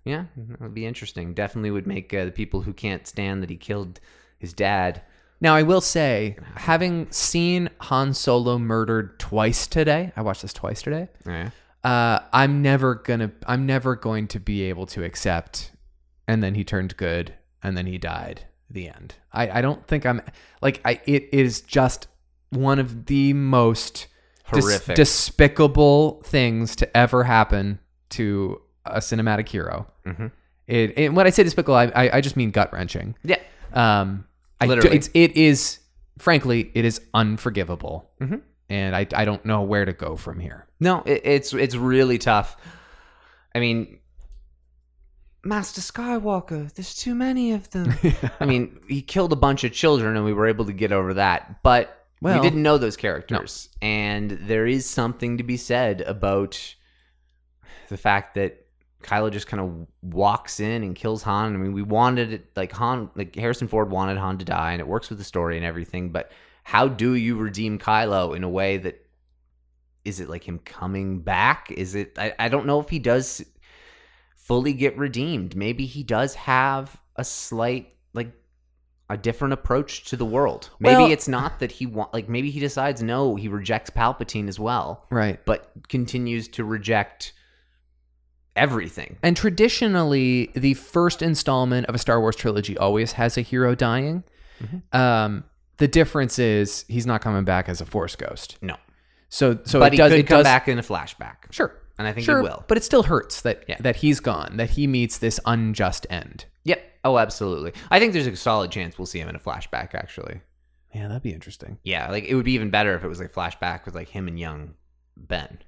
[SPEAKER 3] Yeah, that would be interesting. Definitely would make uh, the people who can't stand that he killed his dad.
[SPEAKER 2] Now, I will say, having seen Han Solo murdered twice today, I watched this twice today.
[SPEAKER 3] Yeah.
[SPEAKER 2] Uh, I'm never gonna, I'm never going to be able to accept. And then he turned good, and then he died. The end. I, I don't think I'm like I. It is just one of the most des-
[SPEAKER 3] Horrific.
[SPEAKER 2] despicable things to ever happen to a cinematic hero.
[SPEAKER 3] Mhm.
[SPEAKER 2] It, and when I say despicable, I, I, I just mean gut wrenching.
[SPEAKER 3] Yeah.
[SPEAKER 2] Um, I do-
[SPEAKER 3] Literally.
[SPEAKER 2] it's, it is, frankly, it is unforgivable.
[SPEAKER 3] Mhm.
[SPEAKER 2] And I, I don't know where to go from here.
[SPEAKER 3] No, it, it's it's really tough. I mean, Master Skywalker, there's too many of them. I mean, he killed a bunch of children, and we were able to get over that. But
[SPEAKER 2] Well-
[SPEAKER 3] we didn't know those characters, and there is something to be said about the fact that Kylo just kind of walks in and kills Han. I mean, we wanted it like Han, like Harrison Ford wanted Han to die, and it works with the story and everything. But how do you redeem Kylo in a way that is it like him coming back? Is it I, I don't know if he does fully get redeemed. Maybe he does have a slight like a different approach to the world. Maybe
[SPEAKER 2] Well-
[SPEAKER 3] it's not that he want like maybe he decides no, he rejects Palpatine as well,
[SPEAKER 2] Right.
[SPEAKER 3] but continues to reject everything.
[SPEAKER 2] And traditionally, the first installment of a Star Wars trilogy always has a hero dying.
[SPEAKER 3] Mm-hmm.
[SPEAKER 2] Um, the difference is he's not coming back as a Force ghost.
[SPEAKER 3] No.
[SPEAKER 2] So, so
[SPEAKER 3] but
[SPEAKER 2] it does.
[SPEAKER 3] he could
[SPEAKER 2] it
[SPEAKER 3] come
[SPEAKER 2] does,
[SPEAKER 3] back in a flashback.
[SPEAKER 2] Sure.
[SPEAKER 3] And I think
[SPEAKER 2] sure,
[SPEAKER 3] he will.
[SPEAKER 2] But it still hurts that
[SPEAKER 3] Yeah.
[SPEAKER 2] that he's gone. That he meets this unjust end.
[SPEAKER 3] Yep. Oh, absolutely. I think there's a solid chance we'll see him in a flashback actually.
[SPEAKER 2] Yeah, that'd be interesting.
[SPEAKER 3] Yeah, like it would be even better if it was like flashback with like him and young Ben.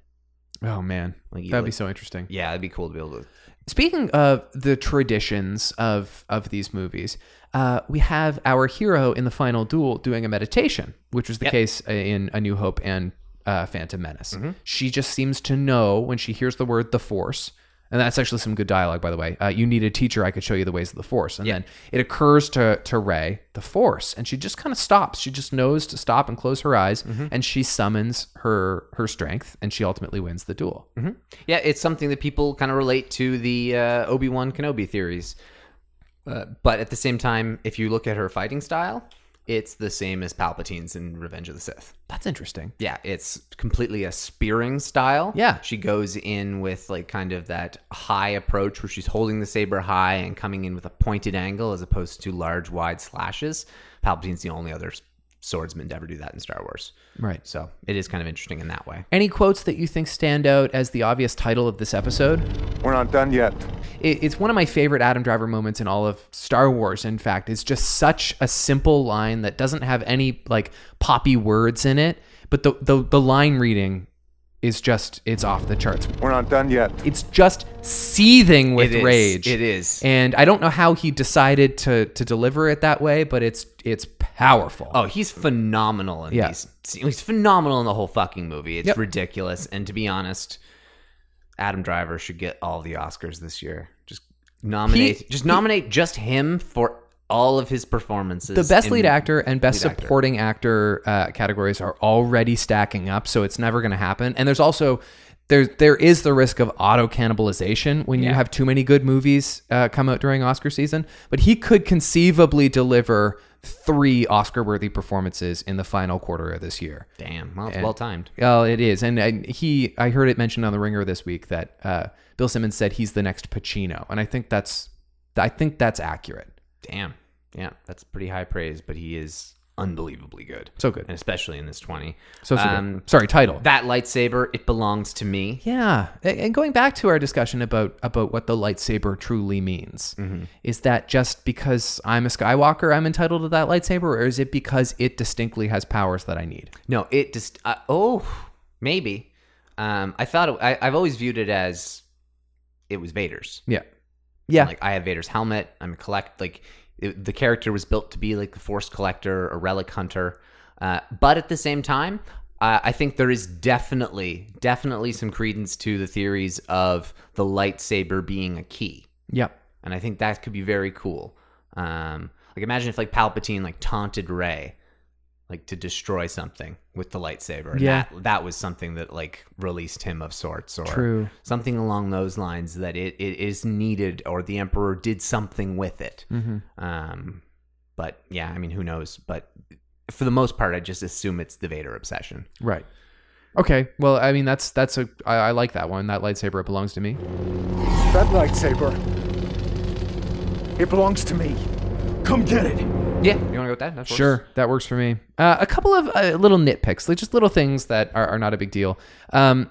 [SPEAKER 2] Oh man,
[SPEAKER 3] Like, you
[SPEAKER 2] that'd be
[SPEAKER 3] like-
[SPEAKER 2] so interesting.
[SPEAKER 3] Yeah, it'd be cool to be able to.
[SPEAKER 2] Speaking of the traditions of of these movies, uh, we have our hero in the final duel doing a meditation, which was the
[SPEAKER 3] Yep.
[SPEAKER 2] case in A New Hope and uh, Phantom Menace. She just seems to know when she hears the word the Force, and that's actually some good dialogue, by the way. Uh, you need a teacher; I could show you the ways of the Force. And then it occurs to to Ray the Force, and she just kind of stops. She just knows to stop and close her eyes, and she summons her her strength, and she ultimately wins the duel.
[SPEAKER 3] Yeah, it's something that people kind of relate to the uh, Obi Wan Kenobi theories. Uh, but at the same time, if you look at her fighting style, it's the same as Palpatine's in Revenge of the Sith.
[SPEAKER 2] That's interesting.
[SPEAKER 3] Yeah, it's completely a spearing style.
[SPEAKER 2] Yeah.
[SPEAKER 3] She goes in with like kind of that high approach where she's holding the saber high and coming in with a pointed angle as opposed to large wide slashes. Palpatine's the only other s- swordsman to ever do that in Star Wars.
[SPEAKER 2] Right.
[SPEAKER 3] So it is kind of interesting in that way.
[SPEAKER 2] Any quotes that you think stand out as the obvious title of this episode?
[SPEAKER 5] We're not done yet.
[SPEAKER 2] It, it's one of my favorite Adam Driver moments in all of Star Wars. In fact, it's just such a simple line that doesn't have any like poppy words in it, but the the, the line reading is just it's off the charts.
[SPEAKER 5] We're not done yet.
[SPEAKER 2] It's just seething with
[SPEAKER 3] It is.
[SPEAKER 2] rage.
[SPEAKER 3] It is.
[SPEAKER 2] and I don't know how he decided to to deliver it that way, but it's it's powerful.
[SPEAKER 3] Oh, he's phenomenal in
[SPEAKER 2] Yeah.
[SPEAKER 3] these. He's phenomenal in the whole fucking movie. It's
[SPEAKER 2] Yep.
[SPEAKER 3] ridiculous. And to be honest, Adam Driver should get all the Oscars this year. Just nominate.
[SPEAKER 2] He-
[SPEAKER 3] just nominate just him for all of his performances.
[SPEAKER 2] the best
[SPEAKER 3] in-
[SPEAKER 2] lead actor and best
[SPEAKER 3] lead actor.
[SPEAKER 2] supporting actor, uh, categories are already stacking up, so it's never going to happen. And there's also there there is the risk of auto cannibalization when you have too many good movies uh, come out during Oscar season. But he could conceivably deliver three Oscar worthy performances in the final quarter of this year.
[SPEAKER 3] Damn. Well, it's well timed.
[SPEAKER 2] Oh, it is, and, and he I heard it mentioned on the Ringer this week that uh, Bill Simmons said he's the next Pacino, and I think that's I think that's accurate.
[SPEAKER 3] Damn. Yeah, that's pretty high praise, but he is unbelievably good.
[SPEAKER 2] So good.
[SPEAKER 3] And especially in this 20.
[SPEAKER 2] So, so good.
[SPEAKER 3] Um,
[SPEAKER 2] sorry, title.
[SPEAKER 3] That lightsaber, it belongs to me.
[SPEAKER 2] Yeah, A- and going back to our discussion about about what the lightsaber truly means,
[SPEAKER 3] Mm-hmm.
[SPEAKER 2] is that just because I'm a Skywalker, I'm entitled to that lightsaber, or is it because it distinctly has powers that I need?
[SPEAKER 3] No, it just. Uh, oh, maybe. Um, I thought it, I, I've always viewed it as it was Vader's.
[SPEAKER 2] Yeah, yeah,
[SPEAKER 3] Like I have Vader's helmet. I'm a collect. Like it, the character was built to be like the Force collector, a relic hunter. Uh, but at the same time, uh, I think there is definitely, definitely some credence to the theories of the lightsaber being a key
[SPEAKER 2] yeah,
[SPEAKER 3] and I think that could be very cool. Um, like imagine if like Palpatine like taunted Rey, like to destroy something with the lightsaber. And
[SPEAKER 2] Yeah.
[SPEAKER 3] that, that was something that like released him of sorts, or
[SPEAKER 2] True.
[SPEAKER 3] something along those lines that it, it is needed, or the Emperor did something with it.
[SPEAKER 2] mm-hmm. Mm.
[SPEAKER 3] Um, but yeah, I mean, who knows? But for the most part, I just assume it's the Vader obsession.
[SPEAKER 2] right. Okay, well, I mean, that's that's a I, I like that one. That lightsaber it belongs to me.
[SPEAKER 6] That lightsaber. It belongs to me. Come get it.
[SPEAKER 3] Yeah, you want to go with that? That works.
[SPEAKER 2] Sure, that works for me. Uh, a couple of uh, little nitpicks, like just little things that are, are not a big deal. Um,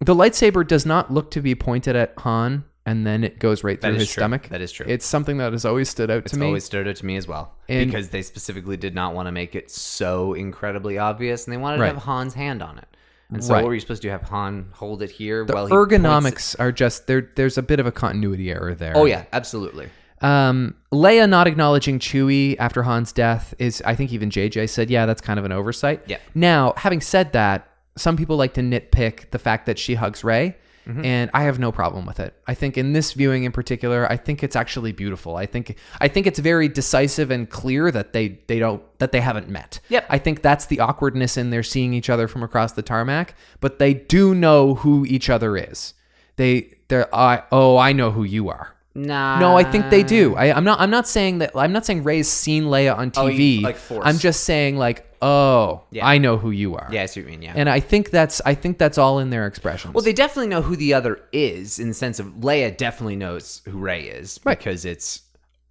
[SPEAKER 2] the lightsaber does not look to be pointed at Han, and then it goes right through
[SPEAKER 3] is
[SPEAKER 2] his
[SPEAKER 3] true.
[SPEAKER 2] stomach.
[SPEAKER 3] That is true.
[SPEAKER 2] It's something that has always stood out
[SPEAKER 3] It's
[SPEAKER 2] to me.
[SPEAKER 3] always stood out to me as well
[SPEAKER 2] And-
[SPEAKER 3] because they specifically did not want to make it so incredibly obvious, and they wanted
[SPEAKER 2] Right.
[SPEAKER 3] to have Han's hand on it. And so,
[SPEAKER 2] Right.
[SPEAKER 3] what were you supposed to do? Have Han hold it here?
[SPEAKER 2] the
[SPEAKER 3] while he points it-
[SPEAKER 2] ergonomics are just there. There's a bit of a continuity error there.
[SPEAKER 3] Oh yeah, absolutely.
[SPEAKER 2] Um, Leia not acknowledging Chewie after Han's death is, I think, even JJ said, yeah, that's kind of an oversight.
[SPEAKER 3] Yeah.
[SPEAKER 2] Now, having said that, some people like to nitpick the fact that she hugs Ray,
[SPEAKER 3] Mm-hmm.
[SPEAKER 2] and I have no problem with it. I think in this viewing in particular, I think it's actually beautiful. I think I think it's very decisive and clear that they they don't that they haven't met.
[SPEAKER 3] Yep.
[SPEAKER 2] I think that's the awkwardness in their seeing each other from across the tarmac, but they do know who each other is. They they're I oh I know who you are.
[SPEAKER 3] Nah.
[SPEAKER 2] No, I think they do. I, I'm not. I'm not saying that. I'm not saying Ray's seen Leia on
[SPEAKER 3] Um, Oh,
[SPEAKER 2] TV.
[SPEAKER 3] you- like, force.
[SPEAKER 2] I'm just saying like, oh,
[SPEAKER 3] Yeah.
[SPEAKER 2] I know who you are.
[SPEAKER 3] Yeah, I see what you mean. Yeah.
[SPEAKER 2] And I think that's. I think that's all in their expressions.
[SPEAKER 3] well, they definitely know who the other is in the sense of Leia definitely knows who Rey is
[SPEAKER 2] Right.
[SPEAKER 3] because it's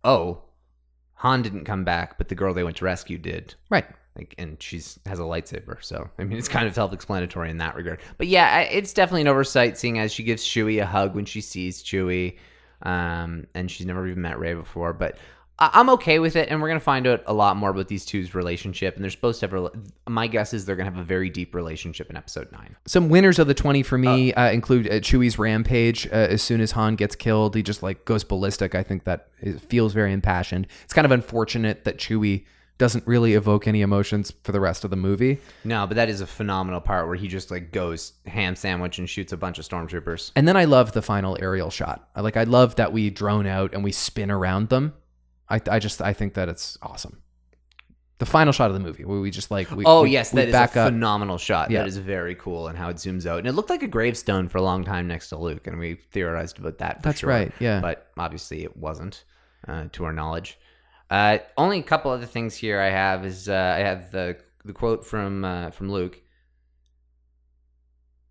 [SPEAKER 3] oh, Han didn't come back, but the girl they went to rescue did.
[SPEAKER 2] right.
[SPEAKER 3] like and she's has a lightsaber so i mean it's kind of self-explanatory in that regard but yeah I- it's definitely an oversight seeing as she gives chewie a hug when she sees chewie um, and she's never even met ray before but I- i'm okay with it and we're going to find out a lot more about these two's relationship and they're supposed to have a, rel- my guess is they're going to have a very deep relationship in episode 9
[SPEAKER 2] Some winners of the twenty for me
[SPEAKER 3] Oh.
[SPEAKER 2] uh, include uh, Chewie's rampage. Uh, as soon as Han gets killed, he just like goes ballistic. I think that it feels very impassioned. It's kind of unfortunate that Chewie doesn't really evoke any emotions for the rest of the movie.
[SPEAKER 3] no but that is a phenomenal part where he just like goes ham sandwich and shoots a bunch of stormtroopers
[SPEAKER 2] And then I love the final aerial shot. I- Like I love that we drone out and we spin around them. I, I just I think that it's awesome. The final shot of the movie where we just like we
[SPEAKER 3] Oh
[SPEAKER 2] we-
[SPEAKER 3] yes,
[SPEAKER 2] we
[SPEAKER 3] that is
[SPEAKER 2] back
[SPEAKER 3] a
[SPEAKER 2] up.
[SPEAKER 3] phenomenal shot.
[SPEAKER 2] Yeah.
[SPEAKER 3] That is very cool, and how it zooms out, and it looked like a gravestone for a long time next to Luke, and we theorized about that. for
[SPEAKER 2] That's
[SPEAKER 3] sure.
[SPEAKER 2] right, yeah.
[SPEAKER 3] but obviously it wasn't, uh, to our knowledge. Uh, only a couple other things here I have is uh, I have the the quote from uh, from Luke.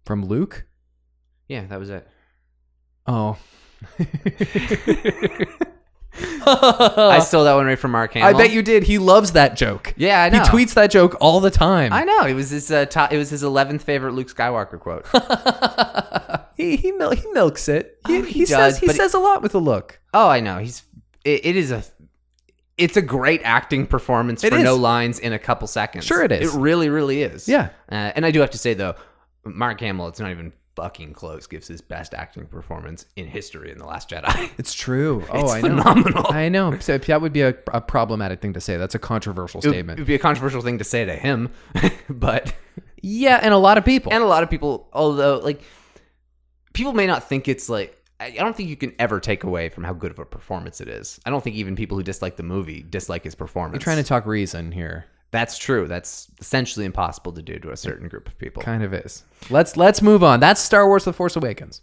[SPEAKER 2] from Luke.
[SPEAKER 3] Yeah, that was it.
[SPEAKER 2] Oh,
[SPEAKER 3] I stole that one right from Mark
[SPEAKER 2] I
[SPEAKER 3] Hamill.
[SPEAKER 2] bet you did. He loves that joke.
[SPEAKER 3] Yeah, I know.
[SPEAKER 2] He tweets that joke all the time.
[SPEAKER 3] I know it was his uh, top, it was his eleventh favorite Luke Skywalker quote.
[SPEAKER 2] he he, mil- he milks it. He,
[SPEAKER 3] Oh,
[SPEAKER 2] he,
[SPEAKER 3] he
[SPEAKER 2] says
[SPEAKER 3] does,
[SPEAKER 2] he
[SPEAKER 3] but it-
[SPEAKER 2] says a lot with a look.
[SPEAKER 3] Oh, I know. He's it, it is a it's a great acting performance
[SPEAKER 2] It
[SPEAKER 3] for
[SPEAKER 2] is.
[SPEAKER 3] no lines in a couple seconds.
[SPEAKER 2] Sure it is.
[SPEAKER 3] It really, really is.
[SPEAKER 2] Yeah.
[SPEAKER 3] Uh, and I do have to say though, Mark Hamill, it's not even fucking close. Gives his best acting performance in history in the Last Jedi.
[SPEAKER 2] It's true. Oh,
[SPEAKER 3] It's
[SPEAKER 2] I
[SPEAKER 3] phenomenal.
[SPEAKER 2] know. I know. So that would be a, a problematic thing to say. That's a controversial
[SPEAKER 3] It would-
[SPEAKER 2] statement.
[SPEAKER 3] It would be a controversial thing to say to him, but
[SPEAKER 2] yeah, and a lot of people.
[SPEAKER 3] and a lot of people, although like people may not think it's like. I I don't think you can ever take away from how good of a performance it is. I don't think even people who dislike the movie dislike his performance.
[SPEAKER 2] You're trying to talk reason here.
[SPEAKER 3] That's true. That's essentially impossible to do to a certain group of people.
[SPEAKER 2] Kind of is. Let's let's move on. That's Star Wars: The Force Awakens.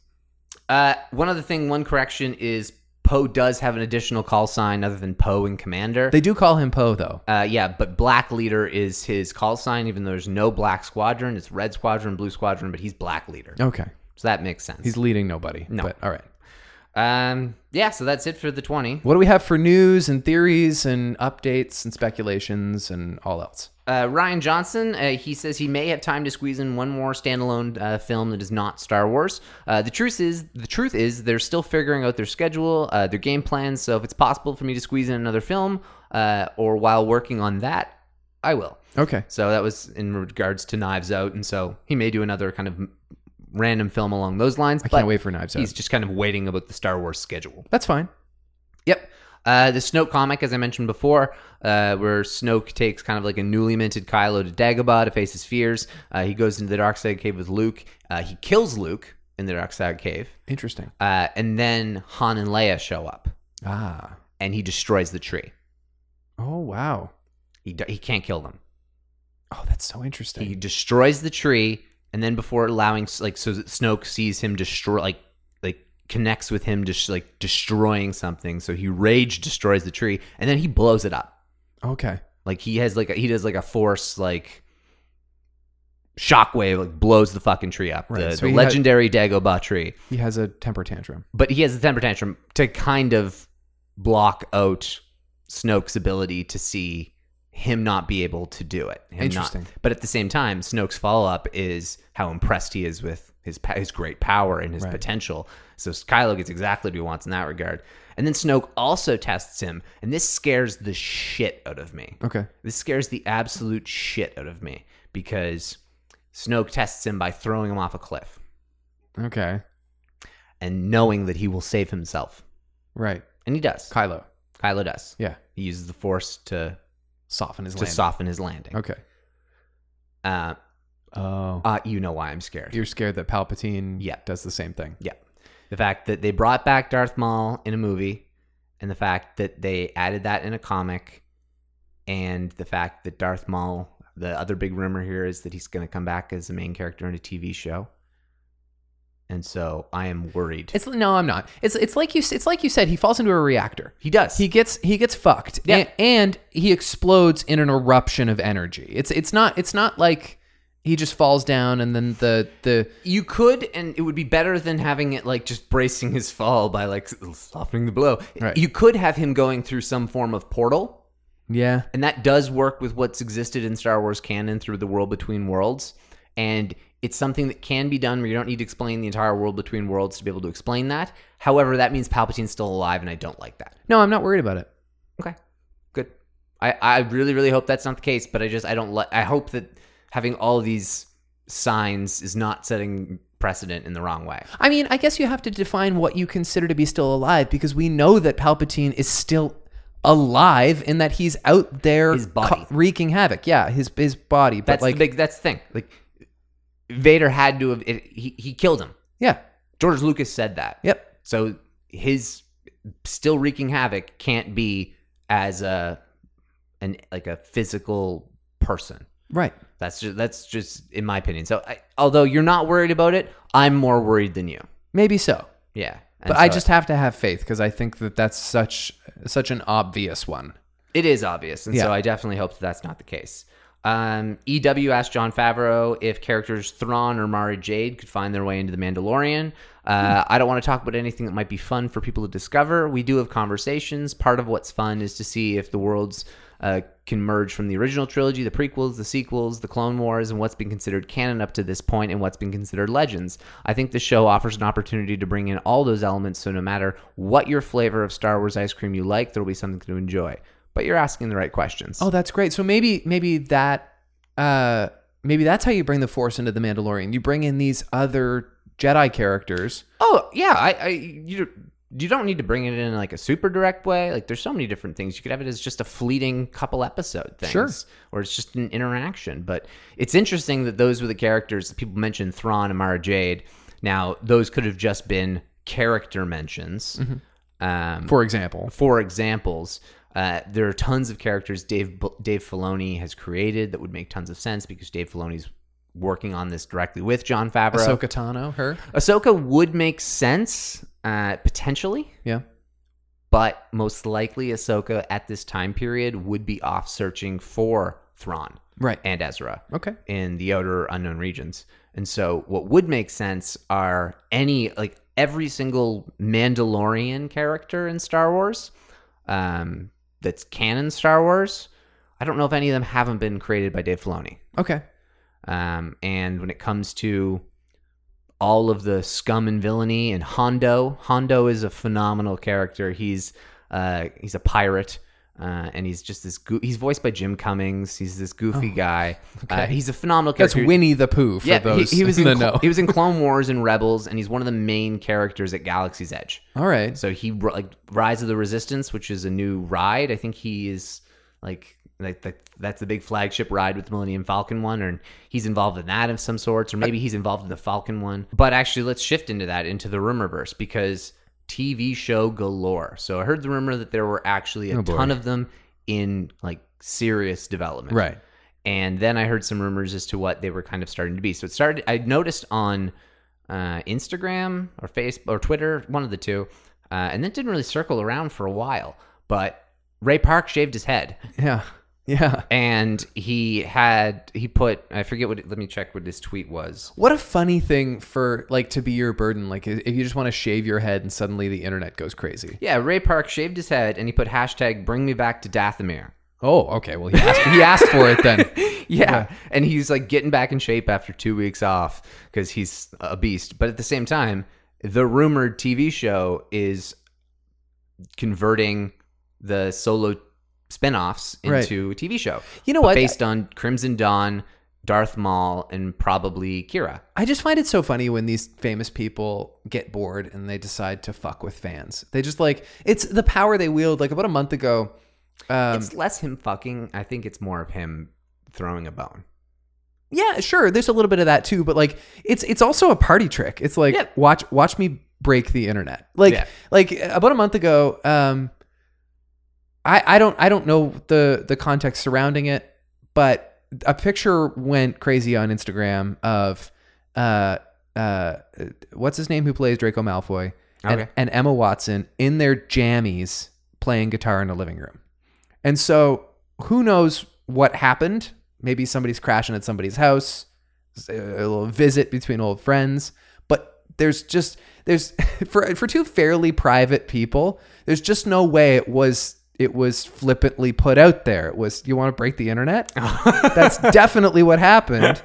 [SPEAKER 3] Uh, one other thing, one correction is Poe does have an additional call sign other than Poe and Commander.
[SPEAKER 2] They do call him Poe though.
[SPEAKER 3] uh, yeah, but Black Leader is his call sign, even though there's no Black Squadron. It's Red Squadron, Blue Squadron, but he's Black Leader.
[SPEAKER 2] Okay,
[SPEAKER 3] So that makes sense.
[SPEAKER 2] he's leading nobody.
[SPEAKER 3] No.
[SPEAKER 2] But all right.
[SPEAKER 3] Um, yeah, so that's it for the 20.
[SPEAKER 2] What do we have for news and theories and updates and speculations and all else?
[SPEAKER 3] Uh, Ryan Johnson, uh, he says he may have time to squeeze in one more standalone uh, film that is not Star Wars. Uh, the truth is, the truth is, they're still figuring out their schedule, uh, their game plans. So if it's possible for me to squeeze in another film, uh, or while working on that, I will.
[SPEAKER 2] Okay.
[SPEAKER 3] So that was in regards to Knives Out, and so he may do another kind of random film along those lines.
[SPEAKER 2] I can't wait for Knives
[SPEAKER 3] He's
[SPEAKER 2] Out.
[SPEAKER 3] just kind of waiting about the Star Wars schedule.
[SPEAKER 2] That's fine.
[SPEAKER 3] Yep. Uh, the Snoke comic, as I mentioned before, uh, where Snoke takes kind of like a newly minted Kylo to Dagobah to face his fears. Uh, he goes into the dark side cave with Luke. Uh, he kills Luke in the dark side cave.
[SPEAKER 2] Interesting.
[SPEAKER 3] Uh, and then Han and Leia show up
[SPEAKER 2] Ah.
[SPEAKER 3] and he destroys the tree.
[SPEAKER 2] Oh wow.
[SPEAKER 3] He, d- he can't kill them.
[SPEAKER 2] Oh, that's so interesting.
[SPEAKER 3] He destroys the tree, and then before allowing, like, so that Snoke sees him destroy, like, like connects with him, just like destroying something. So he rage destroys the tree, and then he blows it up.
[SPEAKER 2] okay.
[SPEAKER 3] Like he has, like, a, he does like a force, like shockwave, like blows the fucking tree up.
[SPEAKER 2] Right,
[SPEAKER 3] The,
[SPEAKER 2] so
[SPEAKER 3] the
[SPEAKER 2] he had-
[SPEAKER 3] legendary Dagobah tree.
[SPEAKER 2] He has a temper tantrum.
[SPEAKER 3] But he has the temper tantrum to kind of block out Snoke's ability to see him not be able to do it. Him not-
[SPEAKER 2] Interesting.
[SPEAKER 3] but at the same time, Snoke's follow up is how impressed he is with his pa- his great power and his
[SPEAKER 2] Right.
[SPEAKER 3] potential. So Kylo gets exactly what he wants in that regard. And then Snoke also tests him, and this scares the shit out of me.
[SPEAKER 2] Okay.
[SPEAKER 3] This scares the absolute shit out of me because Snoke tests him by throwing him off a cliff
[SPEAKER 2] Okay.
[SPEAKER 3] and knowing that he will save himself.
[SPEAKER 2] Right.
[SPEAKER 3] And he does.
[SPEAKER 2] Kylo.
[SPEAKER 3] Kylo does.
[SPEAKER 2] Yeah.
[SPEAKER 3] He uses the Force to
[SPEAKER 2] Soften his
[SPEAKER 3] to
[SPEAKER 2] landing.
[SPEAKER 3] soften his landing.
[SPEAKER 2] Okay.
[SPEAKER 3] Uh,
[SPEAKER 2] Oh.
[SPEAKER 3] uh, you know why I'm scared.
[SPEAKER 2] You're scared that Palpatine
[SPEAKER 3] Yeah.
[SPEAKER 2] does the same thing.
[SPEAKER 3] yeah. The fact that they brought back Darth Maul in a movie, and the fact that they added that in a comic, and the fact that Darth Maul, the other big rumor here is that he's going to come back as the main character in a TV show. And so I am worried.
[SPEAKER 2] It's no, I'm not. It's it's like you s- it's like you said. He falls into a reactor.
[SPEAKER 3] he does.
[SPEAKER 2] He gets he gets fucked.
[SPEAKER 3] Yeah.
[SPEAKER 2] A- and he explodes in an eruption of energy. It's it's not it's not like he just falls down and then the the
[SPEAKER 3] You could, and it would be better than having it like just bracing his fall by like softening the blow.
[SPEAKER 2] Right.
[SPEAKER 3] You could have him going through some form of portal,
[SPEAKER 2] yeah
[SPEAKER 3] and that does work with what's existed in Star Wars canon through the World Between Worlds. And it's something that can be done where you don't need to explain the entire World Between Worlds to be able to explain that. However, that means Palpatine's still alive, and I don't like that.
[SPEAKER 2] No, I'm not worried about it.
[SPEAKER 3] Okay, good. I, I really, really hope that's not the case, but I just, I don't like, I hope that having all these signs is not setting precedent in the wrong way.
[SPEAKER 2] I mean, I guess you have to define what you consider to be still alive because we know that Palpatine is still alive in that he's out there
[SPEAKER 3] His body.
[SPEAKER 2] ca- wreaking havoc. Yeah, his his body, but
[SPEAKER 3] That's
[SPEAKER 2] like
[SPEAKER 3] the big. That's the thing. Like Vader had to have. It, he he killed him.
[SPEAKER 2] yeah.
[SPEAKER 3] George Lucas said that.
[SPEAKER 2] Yep.
[SPEAKER 3] So his still wreaking havoc can't be as a an like a physical person.
[SPEAKER 2] Right.
[SPEAKER 3] That's just that's just in my opinion. So I, although you're not worried about it, I'm more worried than you.
[SPEAKER 2] Maybe so.
[SPEAKER 3] Yeah. And
[SPEAKER 2] But I
[SPEAKER 3] so
[SPEAKER 2] just have to have faith because I think that that's such such an obvious one.
[SPEAKER 3] It is obvious, and
[SPEAKER 2] Yeah.
[SPEAKER 3] so I definitely hope that that's not the case. Um, EW asked John Favreau if characters Thrawn or Mara Jade could find their way into The Mandalorian. Uh, I don't want to talk about anything that might be fun for people to discover. We do have conversations. Part of what's fun is to see if the worlds uh, can merge from the original trilogy, the prequels, the sequels, the Clone Wars, and what's been considered canon up to this point and what's been considered legends. I think the show offers an opportunity to bring in all those elements, so no matter what your flavor of Star Wars ice cream you like, there will be something to enjoy. But you're asking the right questions.
[SPEAKER 2] Oh, that's great. So maybe maybe that uh maybe that's how you bring the force into the Mandalorian. You bring in these other Jedi characters.
[SPEAKER 3] Oh yeah, I, I you you don't need to bring it in like a super direct way. Like there's so many different things you could have it as just a fleeting couple episode things,
[SPEAKER 2] Sure.
[SPEAKER 3] or it's just an interaction. But it's interesting that those were the characters that people mentioned: Thrawn, Amara Jade. Now those could have just been character mentions.
[SPEAKER 2] Mm-hmm.
[SPEAKER 3] Um,
[SPEAKER 2] For example,
[SPEAKER 3] for examples. Uh, there are tons of characters Dave Dave Filoni has created that would make tons of sense because Dave Filoni's working on this directly with John Favreau.
[SPEAKER 2] Ahsoka Tano, her.
[SPEAKER 3] Ahsoka would make sense uh, potentially,
[SPEAKER 2] Yeah.
[SPEAKER 3] but most likely Ahsoka at this time period would be off searching for Thrawn
[SPEAKER 2] Right.
[SPEAKER 3] and Ezra
[SPEAKER 2] Okay.
[SPEAKER 3] in the outer unknown regions. And so, what would make sense are any like every single Mandalorian character in Star Wars um, that's canon Star Wars. I don't know if any of them haven't been created by Dave Filoni.
[SPEAKER 2] Okay.
[SPEAKER 3] Um, and when it comes to all of the scum and villainy and Hondo, Hondo is a phenomenal character. He's uh, he's a pirate. Uh, and he's just this. Go- he's voiced by Jim Cummings. He's this goofy guy. Uh, he's a phenomenal
[SPEAKER 2] Oh, That's
[SPEAKER 3] character.
[SPEAKER 2] Winnie the Pooh for
[SPEAKER 3] yeah, he-
[SPEAKER 2] those
[SPEAKER 3] he, was
[SPEAKER 2] in
[SPEAKER 3] in
[SPEAKER 2] the
[SPEAKER 3] Cl-
[SPEAKER 2] know.
[SPEAKER 3] he was in Clone Wars and Rebels, and he's one of the main characters at Galaxy's Edge.
[SPEAKER 2] All right.
[SPEAKER 3] So he ri- like Rise of the Resistance, which is a new ride. I think he is like like the, that's the big flagship ride with the Millennium Falcon one, or he's involved in that of some sorts, or maybe he's involved in the Falcon one. But actually, let's shift into that into the rumorverse because TV show galore. So I heard the rumor that there were actually a
[SPEAKER 2] Oh, boy.
[SPEAKER 3] ton of them in like serious development,
[SPEAKER 2] Right.
[SPEAKER 3] and then I heard some rumors as to what they were kind of starting to be. So it started. I noticed on uh, Instagram or Facebook or Twitter, one of the two, uh, and that didn't really circle around for a while. But Ray Park shaved his head,
[SPEAKER 2] Yeah. Yeah.
[SPEAKER 3] and he had he put I forget what. Let me check what his tweet was.
[SPEAKER 2] What a funny thing for like to be your burden. Like if you just want to shave your head and suddenly the internet goes crazy.
[SPEAKER 3] Yeah, Ray Park shaved his head, and he put hashtag Bring Me Back to Dathomir.
[SPEAKER 2] Oh, okay. Well, he asked, he asked for it then.
[SPEAKER 3] yeah. And he's like getting back in shape after two weeks off because he's a beast. But at the same time, the rumored TV show is converting the solo spin-offs
[SPEAKER 2] Right.
[SPEAKER 3] into a TV show.
[SPEAKER 2] You know
[SPEAKER 3] But
[SPEAKER 2] what?
[SPEAKER 3] Based on Crimson Dawn, Darth Maul, and probably Kira.
[SPEAKER 2] I just find it so funny when these famous people get bored and they decide to fuck with fans. They just like it's the power they wield. Like about a month ago, um,
[SPEAKER 3] it's less him fucking. I think it's more of him throwing a bone.
[SPEAKER 2] yeah, sure, there's a little bit of that too, but like it's it's also a party trick. It's like
[SPEAKER 3] Yeah.
[SPEAKER 2] watch watch me break the internet. Like
[SPEAKER 3] Yeah.
[SPEAKER 2] like about a month ago, um, I I don't I don't know the the context surrounding it, but a picture went crazy on Instagram of uh uh what's his name who plays Draco Malfoy and,
[SPEAKER 3] Okay.
[SPEAKER 2] and Emma Watson in their jammies playing guitar in a living room. And so who knows what happened? Maybe somebody's crashing at somebody's house, a little visit between old friends, but there's just there's for for two fairly private people, there's just no way it was it was flippantly put out there. It was you want to break the internet? that's definitely what happened.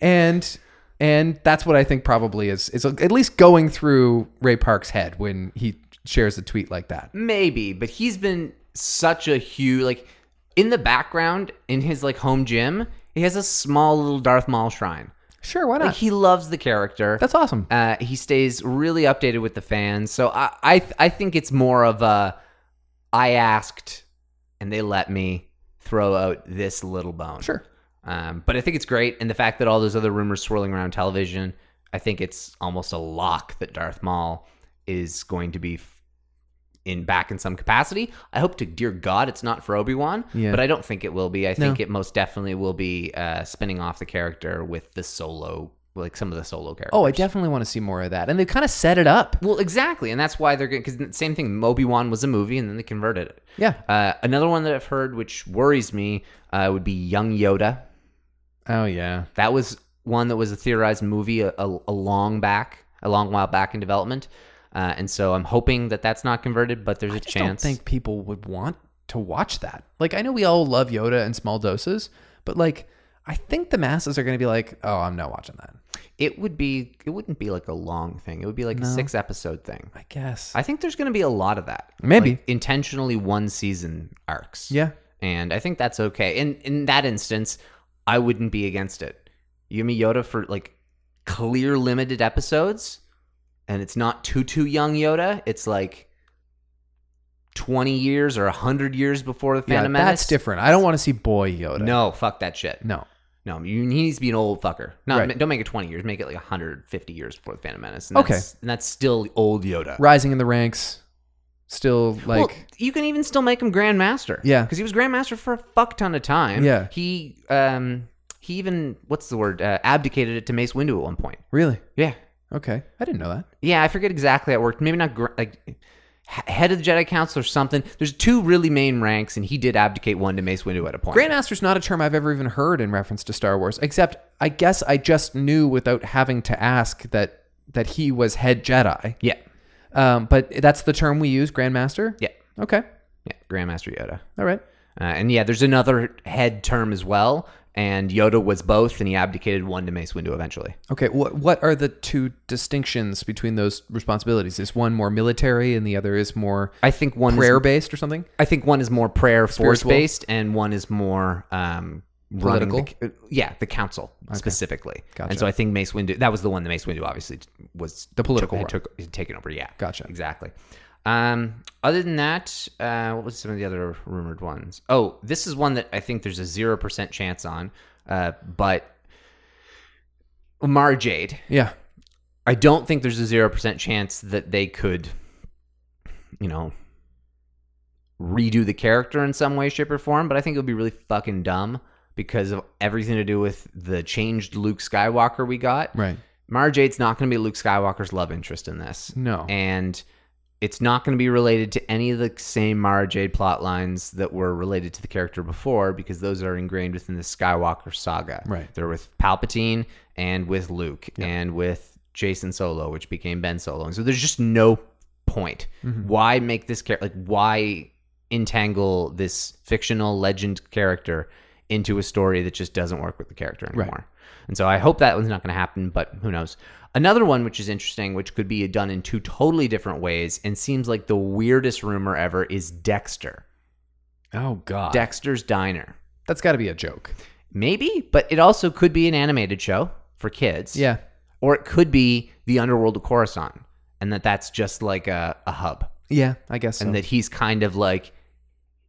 [SPEAKER 2] And and that's what I think probably is is at least going through Ray Park's head when he shares a tweet like that.
[SPEAKER 3] Maybe, but he's been such a huge like in the background in his like home gym. He has a small little Darth Maul shrine.
[SPEAKER 2] Sure, why
[SPEAKER 3] Like he loves the character.
[SPEAKER 2] That's awesome.
[SPEAKER 3] Uh, he stays really updated with the fans. So I I I think it's more of a I asked and they let me throw out this little bone.
[SPEAKER 2] Sure.
[SPEAKER 3] Um, but I think it's great, and the fact that all those other rumors swirling around television, I think it's almost a lock that Darth Maul is going to be f- in back in some capacity. I hope to dear God it's not for Obi Wan,
[SPEAKER 2] Yeah.
[SPEAKER 3] but I don't think it will be. I think
[SPEAKER 2] No.
[SPEAKER 3] it most definitely will be uh, spinning off the character with the solo, like some of the solo characters.
[SPEAKER 2] Oh, I definitely want to see more of that. And they kind of set it up.
[SPEAKER 3] Well, exactly, and that's why they're going because the same thing. Obi Wan was a movie, and then they converted it.
[SPEAKER 2] Yeah.
[SPEAKER 3] Uh, another one that I've heard, which worries me, uh, would be Young Yoda.
[SPEAKER 2] Oh yeah.
[SPEAKER 3] That was one that was a theorized movie a, a, a long back, a long while back in development. Uh, and so I'm hoping that that's not converted, but there's a
[SPEAKER 2] I just don't
[SPEAKER 3] chance.
[SPEAKER 2] think people would want to watch that. Like I know we all love Yoda in small doses, but like I think the masses are going to be like, "Oh, I'm not watching that."
[SPEAKER 3] it would be. It wouldn't be like a long thing. It would be like a six episode thing.
[SPEAKER 2] I guess.
[SPEAKER 3] I think there's going to be a lot of that.
[SPEAKER 2] Maybe.
[SPEAKER 3] Like, intentionally one season arcs.
[SPEAKER 2] yeah.
[SPEAKER 3] and I think that's okay. In in that instance, I wouldn't be against it. You Yumi Yoda for like clear limited episodes, and it's not too too young Yoda. It's like twenty years or hundred years before the
[SPEAKER 2] Yeah,
[SPEAKER 3] Phantom Menace.
[SPEAKER 2] that's different. I don't want to see boy Yoda.
[SPEAKER 3] No, fuck that shit.
[SPEAKER 2] No.
[SPEAKER 3] No, you he needs to be an old fucker. No,
[SPEAKER 2] Right.
[SPEAKER 3] don't make it twenty years. Make it like hundred fifty years before the Phantom Menace. And
[SPEAKER 2] Okay.
[SPEAKER 3] that's, and that's still old Yoda.
[SPEAKER 2] Rising in the ranks. Still like
[SPEAKER 3] Well, you can even still make him grandmaster.
[SPEAKER 2] Yeah.
[SPEAKER 3] because he was grandmaster for a fuck ton of time.
[SPEAKER 2] Yeah.
[SPEAKER 3] he um he even what's the word uh, abdicated it to Mace Windu at one point.
[SPEAKER 2] Really?
[SPEAKER 3] Yeah,
[SPEAKER 2] Okay. I didn't know that.
[SPEAKER 3] yeah, I forget exactly how it worked. Maybe not gr- like h- head of the Jedi Council or something. There's two really main ranks, and he did abdicate one to Mace Windu at a point.
[SPEAKER 2] Grandmaster's not a term I've ever even heard in reference to Star Wars, except I guess I just knew without having to ask that that he was head Jedi.
[SPEAKER 3] Yeah.
[SPEAKER 2] Um, but that's the term we use, Grandmaster?
[SPEAKER 3] Yeah.
[SPEAKER 2] Okay.
[SPEAKER 3] Yeah. Grandmaster Yoda.
[SPEAKER 2] All right.
[SPEAKER 3] Uh, and yeah, there's another head term as well. And Yoda was both, and he abdicated one to Mace Windu eventually.
[SPEAKER 2] Okay. What what are the two distinctions between those responsibilities? Is one more military and the other is more
[SPEAKER 3] I think one
[SPEAKER 2] prayer
[SPEAKER 3] Is,
[SPEAKER 2] based or something?
[SPEAKER 3] I think one is more prayer force
[SPEAKER 2] Spiritual?
[SPEAKER 3] based, and one is more um, running the- uh,
[SPEAKER 2] Political?
[SPEAKER 3] yeah, the council specifically.
[SPEAKER 2] Gotcha.
[SPEAKER 3] And so I think Mace Windu. That was the one that Mace Windu obviously was
[SPEAKER 2] The political
[SPEAKER 3] took,
[SPEAKER 2] one.
[SPEAKER 3] took, had taken over. Yeah.
[SPEAKER 2] Gotcha.
[SPEAKER 3] Exactly. Um, other than that, uh, what was some of the other rumored ones? Oh, this is one that I think there's a zero percent chance on, uh, but. Mara Jade
[SPEAKER 2] Yeah.
[SPEAKER 3] I don't think there's a zero percent chance that they could, you know, redo the character in some way, shape, or form. But I think it would be really fucking dumb because of everything to do with the changed Luke Skywalker we got.
[SPEAKER 2] Right.
[SPEAKER 3] Mara Jade's not going to be Luke Skywalker's love interest in this,
[SPEAKER 2] No.
[SPEAKER 3] and it's not going to be related to any of the same Mara Jade plot lines that were related to the character before because those are ingrained within the Skywalker saga.
[SPEAKER 2] Right.
[SPEAKER 3] They're with Palpatine and with Luke and with Jason Solo, which became Ben Solo. And so there's just no point.
[SPEAKER 2] Mm-hmm.
[SPEAKER 3] Why make this character, like, why entangle this fictional legend character into a story that just doesn't work with the character anymore? And so I hope that one's not going to happen, but who knows. Another one which is interesting, which could be done in two totally different ways and seems like the weirdest rumor ever, is Dexter.
[SPEAKER 2] oh God.
[SPEAKER 3] Dexter's Diner.
[SPEAKER 2] That's got to be a joke.
[SPEAKER 3] Maybe, but it also could be an animated show for kids.
[SPEAKER 2] Yeah.
[SPEAKER 3] Or it could be the underworld of Coruscant and that that's just like a, a hub
[SPEAKER 2] Yeah. I guess. So.
[SPEAKER 3] and that he's kind of like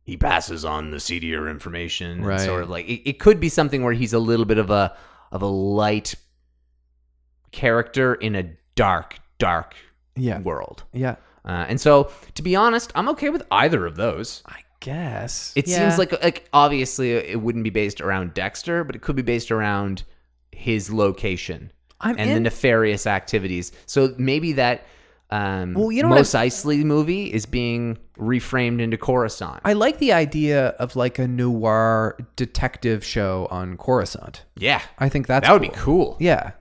[SPEAKER 3] he passes on the seedier information and
[SPEAKER 2] Right.
[SPEAKER 3] sort of like it, it could be something where he's a little bit of a of a light character in a dark dark
[SPEAKER 2] yeah.
[SPEAKER 3] world
[SPEAKER 2] Yeah.
[SPEAKER 3] uh, and so to be honest i'm okay with either of those
[SPEAKER 2] I guess.
[SPEAKER 3] it
[SPEAKER 2] Yeah.
[SPEAKER 3] seems like like obviously uh, it wouldn't be based around Dexter, but it could be based around his location
[SPEAKER 2] I'm
[SPEAKER 3] and the
[SPEAKER 2] in-
[SPEAKER 3] nefarious activities. So maybe that um,
[SPEAKER 2] Well, you know what
[SPEAKER 3] Mos Eisley movie is being reframed into Coruscant.
[SPEAKER 2] I like the idea of like a noir detective show on Coruscant.
[SPEAKER 3] yeah,
[SPEAKER 2] I think that's
[SPEAKER 3] that would be
[SPEAKER 2] cool.
[SPEAKER 3] cool. Yeah.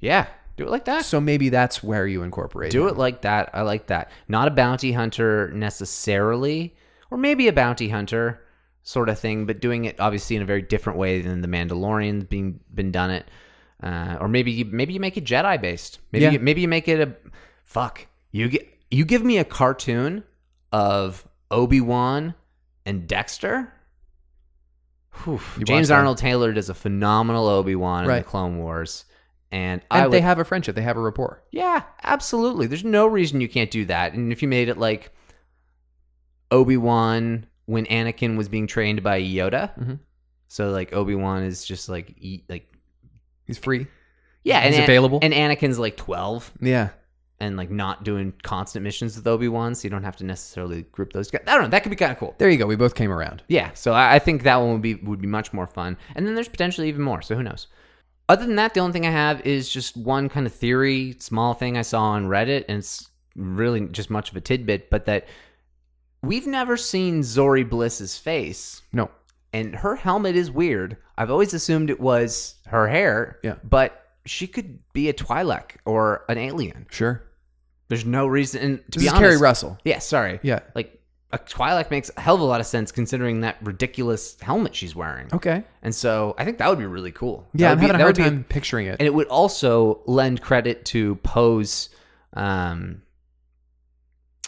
[SPEAKER 2] Yeah.
[SPEAKER 3] do it like that.
[SPEAKER 2] So maybe that's where you incorporate.
[SPEAKER 3] do
[SPEAKER 2] him.
[SPEAKER 3] it like that. I like that. Not a bounty hunter necessarily, or maybe a bounty hunter sort of thing, but doing it obviously in a very different way than the Mandalorian being been done it. Uh, or maybe you, maybe you make it Jedi based. Maybe
[SPEAKER 2] Yeah.
[SPEAKER 3] you, maybe you make it a fuck. You get you give me a cartoon of Obi Wan and Dexter. Whew.
[SPEAKER 2] You watch
[SPEAKER 3] James
[SPEAKER 2] that?
[SPEAKER 3] Arnold Taylor does a phenomenal Obi Wan in
[SPEAKER 2] Right.
[SPEAKER 3] the Clone Wars, and,
[SPEAKER 2] And
[SPEAKER 3] I would
[SPEAKER 2] they have a friendship. They have a rapport.
[SPEAKER 3] yeah, absolutely. There's no reason you can't do that. And if you made it like Obi Wan when Anakin was being trained by Yoda,
[SPEAKER 2] Mhm.
[SPEAKER 3] so like Obi Wan is just like e- like
[SPEAKER 2] He's free.
[SPEAKER 3] yeah,
[SPEAKER 2] He's
[SPEAKER 3] and An-
[SPEAKER 2] available?
[SPEAKER 3] and Anakin's like twelve
[SPEAKER 2] Yeah.
[SPEAKER 3] and like not doing constant missions with Obi Wan, so you don't have to necessarily group those. Guys. I don't know. That could be kind of cool.
[SPEAKER 2] There you go. We both came around.
[SPEAKER 3] Yeah, so I, I think that one would be would be much more fun. And then there's potentially even more. So who knows? Other than that, the only thing I have is just one kind of theory, small thing I saw on Reddit, and it's really just much of a tidbit, but that we've never seen Zori Bliss's face,
[SPEAKER 2] No.
[SPEAKER 3] and her helmet is weird. I've always assumed it was her hair,
[SPEAKER 2] Yeah.
[SPEAKER 3] but she could be a Twi'lek or an alien.
[SPEAKER 2] Sure.
[SPEAKER 3] There's no reason. And to
[SPEAKER 2] This
[SPEAKER 3] be
[SPEAKER 2] is
[SPEAKER 3] honest,
[SPEAKER 2] Carrie Russell.
[SPEAKER 3] Yeah, sorry.
[SPEAKER 2] Yeah.
[SPEAKER 3] Like a Twi'lek makes a hell of a lot of sense considering that ridiculous helmet she's wearing.
[SPEAKER 2] Okay.
[SPEAKER 3] And so I think that would be really cool.
[SPEAKER 2] Oh.
[SPEAKER 3] That
[SPEAKER 2] Yeah,
[SPEAKER 3] would
[SPEAKER 2] I'm
[SPEAKER 3] be-
[SPEAKER 2] having a
[SPEAKER 3] that
[SPEAKER 2] hard
[SPEAKER 3] would be-
[SPEAKER 2] time picturing it.
[SPEAKER 3] and it would also lend credit to Poe's um,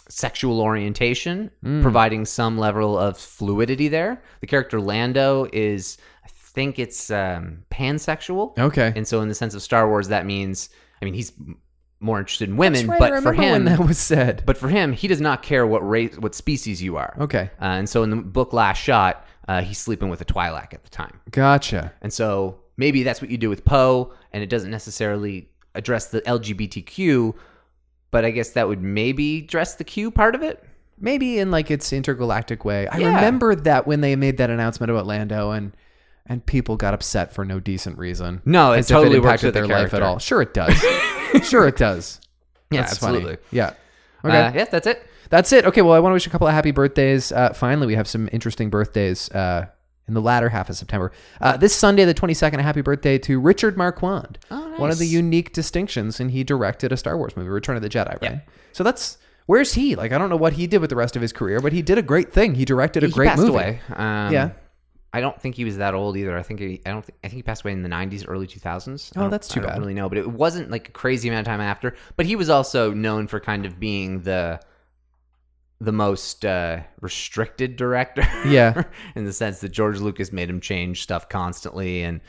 [SPEAKER 3] sexual orientation,
[SPEAKER 2] Mm.
[SPEAKER 3] providing some level of fluidity there. The character Lando is, I think it's um, pansexual.
[SPEAKER 2] okay.
[SPEAKER 3] And so, in the sense of Star Wars, that means, I mean, he's m- more interested in women,
[SPEAKER 2] That's right, I
[SPEAKER 3] but for
[SPEAKER 2] remember when
[SPEAKER 3] him,
[SPEAKER 2] that was said.
[SPEAKER 3] but for him, he does not care what race, what species you are.
[SPEAKER 2] okay.
[SPEAKER 3] Uh, and so in the book Last Shot, uh, he's sleeping with a Twi'lek at the time.
[SPEAKER 2] Gotcha.
[SPEAKER 3] And so maybe that's what you do with Poe, and it doesn't necessarily address the LGBTQ, but I guess that would maybe address the Q part of it.
[SPEAKER 2] Maybe in like its intergalactic way. I
[SPEAKER 3] Yeah.
[SPEAKER 2] remember that when they made that announcement about Lando and and people got upset for no decent reason.
[SPEAKER 3] No, it
[SPEAKER 2] As if
[SPEAKER 3] totally
[SPEAKER 2] it
[SPEAKER 3] works
[SPEAKER 2] impacted
[SPEAKER 3] with
[SPEAKER 2] their
[SPEAKER 3] the
[SPEAKER 2] life at
[SPEAKER 3] character.
[SPEAKER 2] all. Sure it does. sure it does.
[SPEAKER 3] Yeah,
[SPEAKER 2] That's funny.
[SPEAKER 3] absolutely.
[SPEAKER 2] Yeah. Okay.
[SPEAKER 3] Uh, yeah, that's it.
[SPEAKER 2] That's it. Okay, well, I want to wish a couple of happy birthdays. Uh, finally, we have some interesting birthdays uh, in the latter half of September. Uh, this Sunday, the 22nd, a happy birthday to Richard Marquand,
[SPEAKER 3] Oh,
[SPEAKER 2] one of the
[SPEAKER 3] nice.
[SPEAKER 2] unique distinctions, and he directed a Star Wars movie, Return of the Jedi, right? So that's where's he? Like, I don't know what he did with the rest of his career, but he did a great thing. He directed a
[SPEAKER 3] he
[SPEAKER 2] great
[SPEAKER 3] passed
[SPEAKER 2] movie.
[SPEAKER 3] away. Um,
[SPEAKER 2] Yeah.
[SPEAKER 3] I don't think he was that old either. I think he, I don't. Think, I think he passed away in the '90s, early 2000s. I
[SPEAKER 2] Oh,
[SPEAKER 3] don't-
[SPEAKER 2] that's too
[SPEAKER 3] I don't
[SPEAKER 2] bad.
[SPEAKER 3] Really know, but it wasn't like a crazy amount of time after. But he was also known for kind of being the the most uh, restricted director.
[SPEAKER 2] Yeah.
[SPEAKER 3] in the sense that George Lucas made him change stuff constantly, and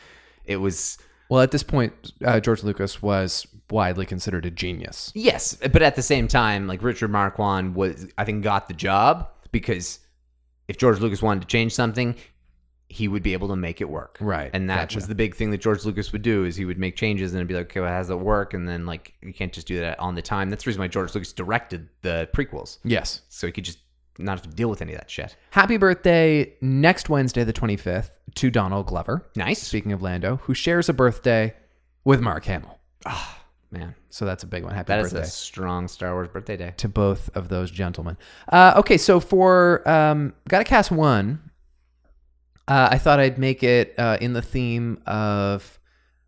[SPEAKER 3] it was
[SPEAKER 2] Well, at this point, uh, George Lucas was widely considered a genius.
[SPEAKER 3] Yes, but at the same time, like Richard Marquand was, I think, got the job because if George Lucas wanted to change something, he would be able to make it work.
[SPEAKER 2] Right,
[SPEAKER 3] and that
[SPEAKER 2] gotcha.
[SPEAKER 3] was the big thing that George Lucas would do is he would make changes and it'd be like, okay, well, how does that work? And then like you can't just do that on the time. That's the reason why George Lucas directed the prequels,
[SPEAKER 2] Yes.
[SPEAKER 3] so he could just not have to deal with any of that shit.
[SPEAKER 2] Happy birthday next Wednesday, the 25th, to Donald Glover.
[SPEAKER 3] Nice,
[SPEAKER 2] Speaking of Lando, who shares a birthday with Mark Hamill.
[SPEAKER 3] man.
[SPEAKER 2] So that's a big one. Happy
[SPEAKER 3] That is
[SPEAKER 2] birthday.
[SPEAKER 3] a strong Star Wars birthday day.
[SPEAKER 2] to both of those gentlemen. Uh, okay, so for um, gotta cast one, uh, I thought I'd make it uh, in the theme of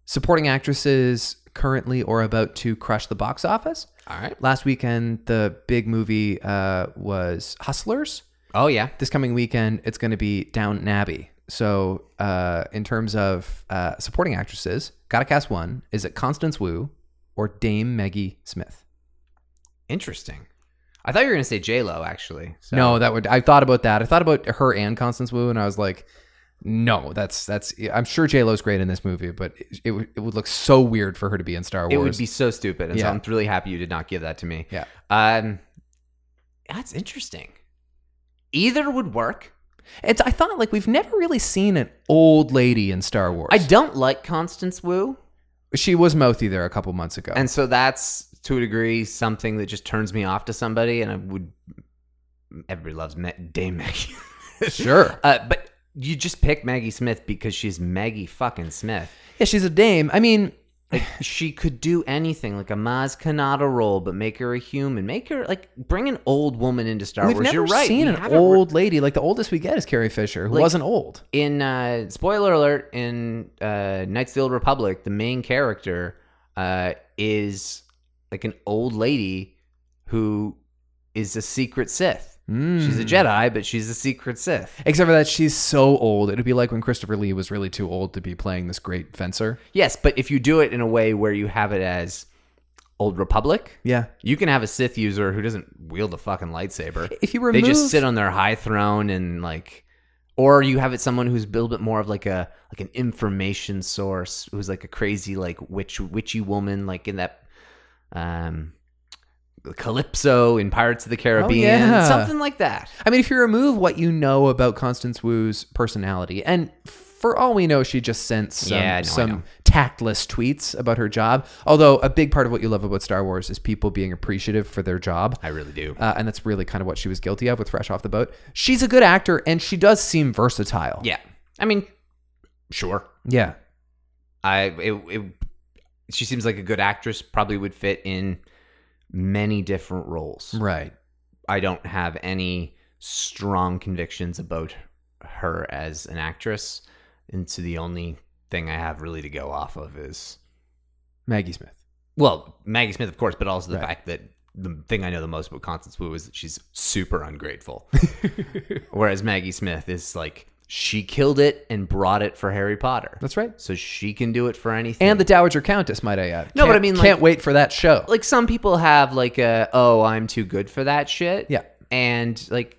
[SPEAKER 2] supporting actresses currently or about to crush the box office.
[SPEAKER 3] All right.
[SPEAKER 2] Last weekend, the big movie uh, was Hustlers.
[SPEAKER 3] Oh yeah.
[SPEAKER 2] This coming weekend, it's going to be Downton Abbey. So, uh, in terms of uh, supporting actresses, gotta cast one. Is it Constance Wu or Dame Maggie Smith?
[SPEAKER 3] Interesting. I thought you were gonna say J Lo actually. So.
[SPEAKER 2] No, that would. I thought about that. I thought about her and Constance Wu, and I was like, no, that's that's. I'm sure J Lo's great in this movie, but it, it would- it would look so weird for her to be in Star Wars.
[SPEAKER 3] It would be so stupid, and so
[SPEAKER 2] Yeah.
[SPEAKER 3] I'm really happy you did not give that to me.
[SPEAKER 2] Yeah.
[SPEAKER 3] Um, that's interesting. Either would work.
[SPEAKER 2] It's. I thought like we've never really seen an old lady in Star Wars.
[SPEAKER 3] I don't like Constance
[SPEAKER 2] Oh.
[SPEAKER 3] Wu,
[SPEAKER 2] She was Mothi there a couple months ago.
[SPEAKER 3] and so that's to a degree something that just turns me off to somebody, and I would. Everybody loves Ma- Dame Maggie,
[SPEAKER 2] sure.
[SPEAKER 3] uh, but you just pick Maggie Smith because she's Maggie fucking Smith.
[SPEAKER 2] Yeah, she's a dame. I mean,
[SPEAKER 3] Like, she could do anything, like a Maz Kanata role, but make her a human. Make her like bring an old woman into Star
[SPEAKER 2] we've
[SPEAKER 3] Wars.
[SPEAKER 2] never
[SPEAKER 3] You're right.
[SPEAKER 2] seen
[SPEAKER 3] we
[SPEAKER 2] an
[SPEAKER 3] haven't re-
[SPEAKER 2] old lady. Like the oldest we get is Carrie Fisher, who
[SPEAKER 3] Like-
[SPEAKER 2] wasn't old.
[SPEAKER 3] in uh, spoiler alert in uh, Knights of the Old Republic, the main character uh, is like an old lady who is a secret Sith. She's a
[SPEAKER 2] Mm.
[SPEAKER 3] Jedi, but she's a secret Sith.
[SPEAKER 2] Except for that, she's so old. It'd be like when Christopher Lee was really too old to be playing this great fencer.
[SPEAKER 3] Yes, but if you do it in a way where you have it as Old Republic,
[SPEAKER 2] Yeah.
[SPEAKER 3] you can have a Sith user who doesn't wield a fucking lightsaber.
[SPEAKER 2] If you remove
[SPEAKER 3] They just sit on their high throne and like, or you have it someone who's a little bit more of like a like an information source who's like a crazy like witch witchy woman like in that, um, Calypso in Pirates of the Caribbean,
[SPEAKER 2] yeah.
[SPEAKER 3] something like that.
[SPEAKER 2] I mean, if you remove what you know about Constance Wu's personality, and for all we know, she just sent some,
[SPEAKER 3] Yeah, I know, I know.
[SPEAKER 2] some tactless tweets about her job. Although a big part of what you love about Star Wars is people being appreciative for their job.
[SPEAKER 3] I really do.
[SPEAKER 2] Uh, and that's really kind of what she was guilty of with Fresh Off the Boat. She's a good actor, and she does seem versatile.
[SPEAKER 3] yeah, I mean, sure.
[SPEAKER 2] Yeah.
[SPEAKER 3] I it, it she seems like a good actress. Probably would fit in many different roles.
[SPEAKER 2] Right.
[SPEAKER 3] I don't have any strong convictions about her as an actress. And so the only thing I have really to go off of is,
[SPEAKER 2] Maggie Smith.
[SPEAKER 3] well, Maggie Smith, of course, but also the
[SPEAKER 2] Right.
[SPEAKER 3] fact that the thing I know the most about Constance Wu is that she's super ungrateful. Whereas Maggie Smith is like, she killed it and brought it for Harry Potter.
[SPEAKER 2] That's right.
[SPEAKER 3] So she can do it for anything.
[SPEAKER 2] And the Dowager Countess, might I add.
[SPEAKER 3] No, but
[SPEAKER 2] Can't-
[SPEAKER 3] I mean, like-
[SPEAKER 2] can't wait for that show.
[SPEAKER 3] like some people have like a, oh, I'm too good for that shit.
[SPEAKER 2] Yeah.
[SPEAKER 3] And like,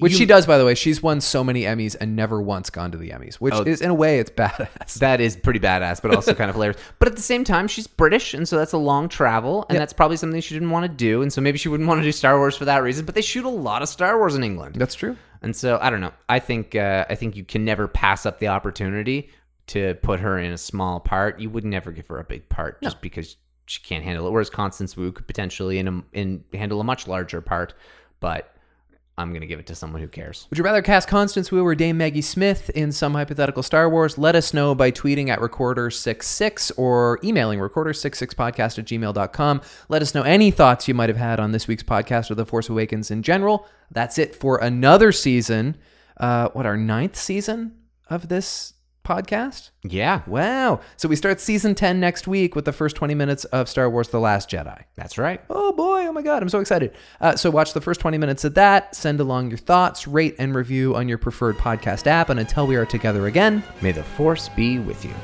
[SPEAKER 2] which
[SPEAKER 3] you-
[SPEAKER 2] she does, by the way. She's won so many Emmys and never once gone to the Emmys, which
[SPEAKER 3] Oh.
[SPEAKER 2] is, in a way, it's badass.
[SPEAKER 3] That is pretty badass, but also kind of hilarious. But at the same time, she's British, and so that's a long travel, and that's probably something she didn't want to do, and so maybe she wouldn't want to do Star Wars for that reason. But they shoot a lot of Star Wars in England,
[SPEAKER 2] That's true.
[SPEAKER 3] and so I don't know. I think uh, I think you can never pass up the opportunity to put her in a small part. You would never give her a big part just because she can't handle it. Whereas Constance Wu could potentially in a, in handle a much larger part, but I'm gonna give it to someone who cares.
[SPEAKER 2] Would you rather cast Constance Wu or Dame Maggie Smith in some hypothetical Star Wars? Let us know by tweeting at recorder66 or emailing recorder66podcast at gmail.com. Let us know any thoughts you might have had on this week's podcast or The Force Awakens in general. That's it for another season. Uh, what, our ninth season of this podcast?
[SPEAKER 3] Yeah.
[SPEAKER 2] Wow. So we start season 10 next week with the first 20 minutes of Star Wars The Last Jedi.
[SPEAKER 3] That's right.
[SPEAKER 2] Oh boy, oh my God, I'm so excited. Uh, so watch the first 20 minutes of that, send along your thoughts, rate and review on your preferred podcast app. And until we are together again,
[SPEAKER 3] May the force be with you.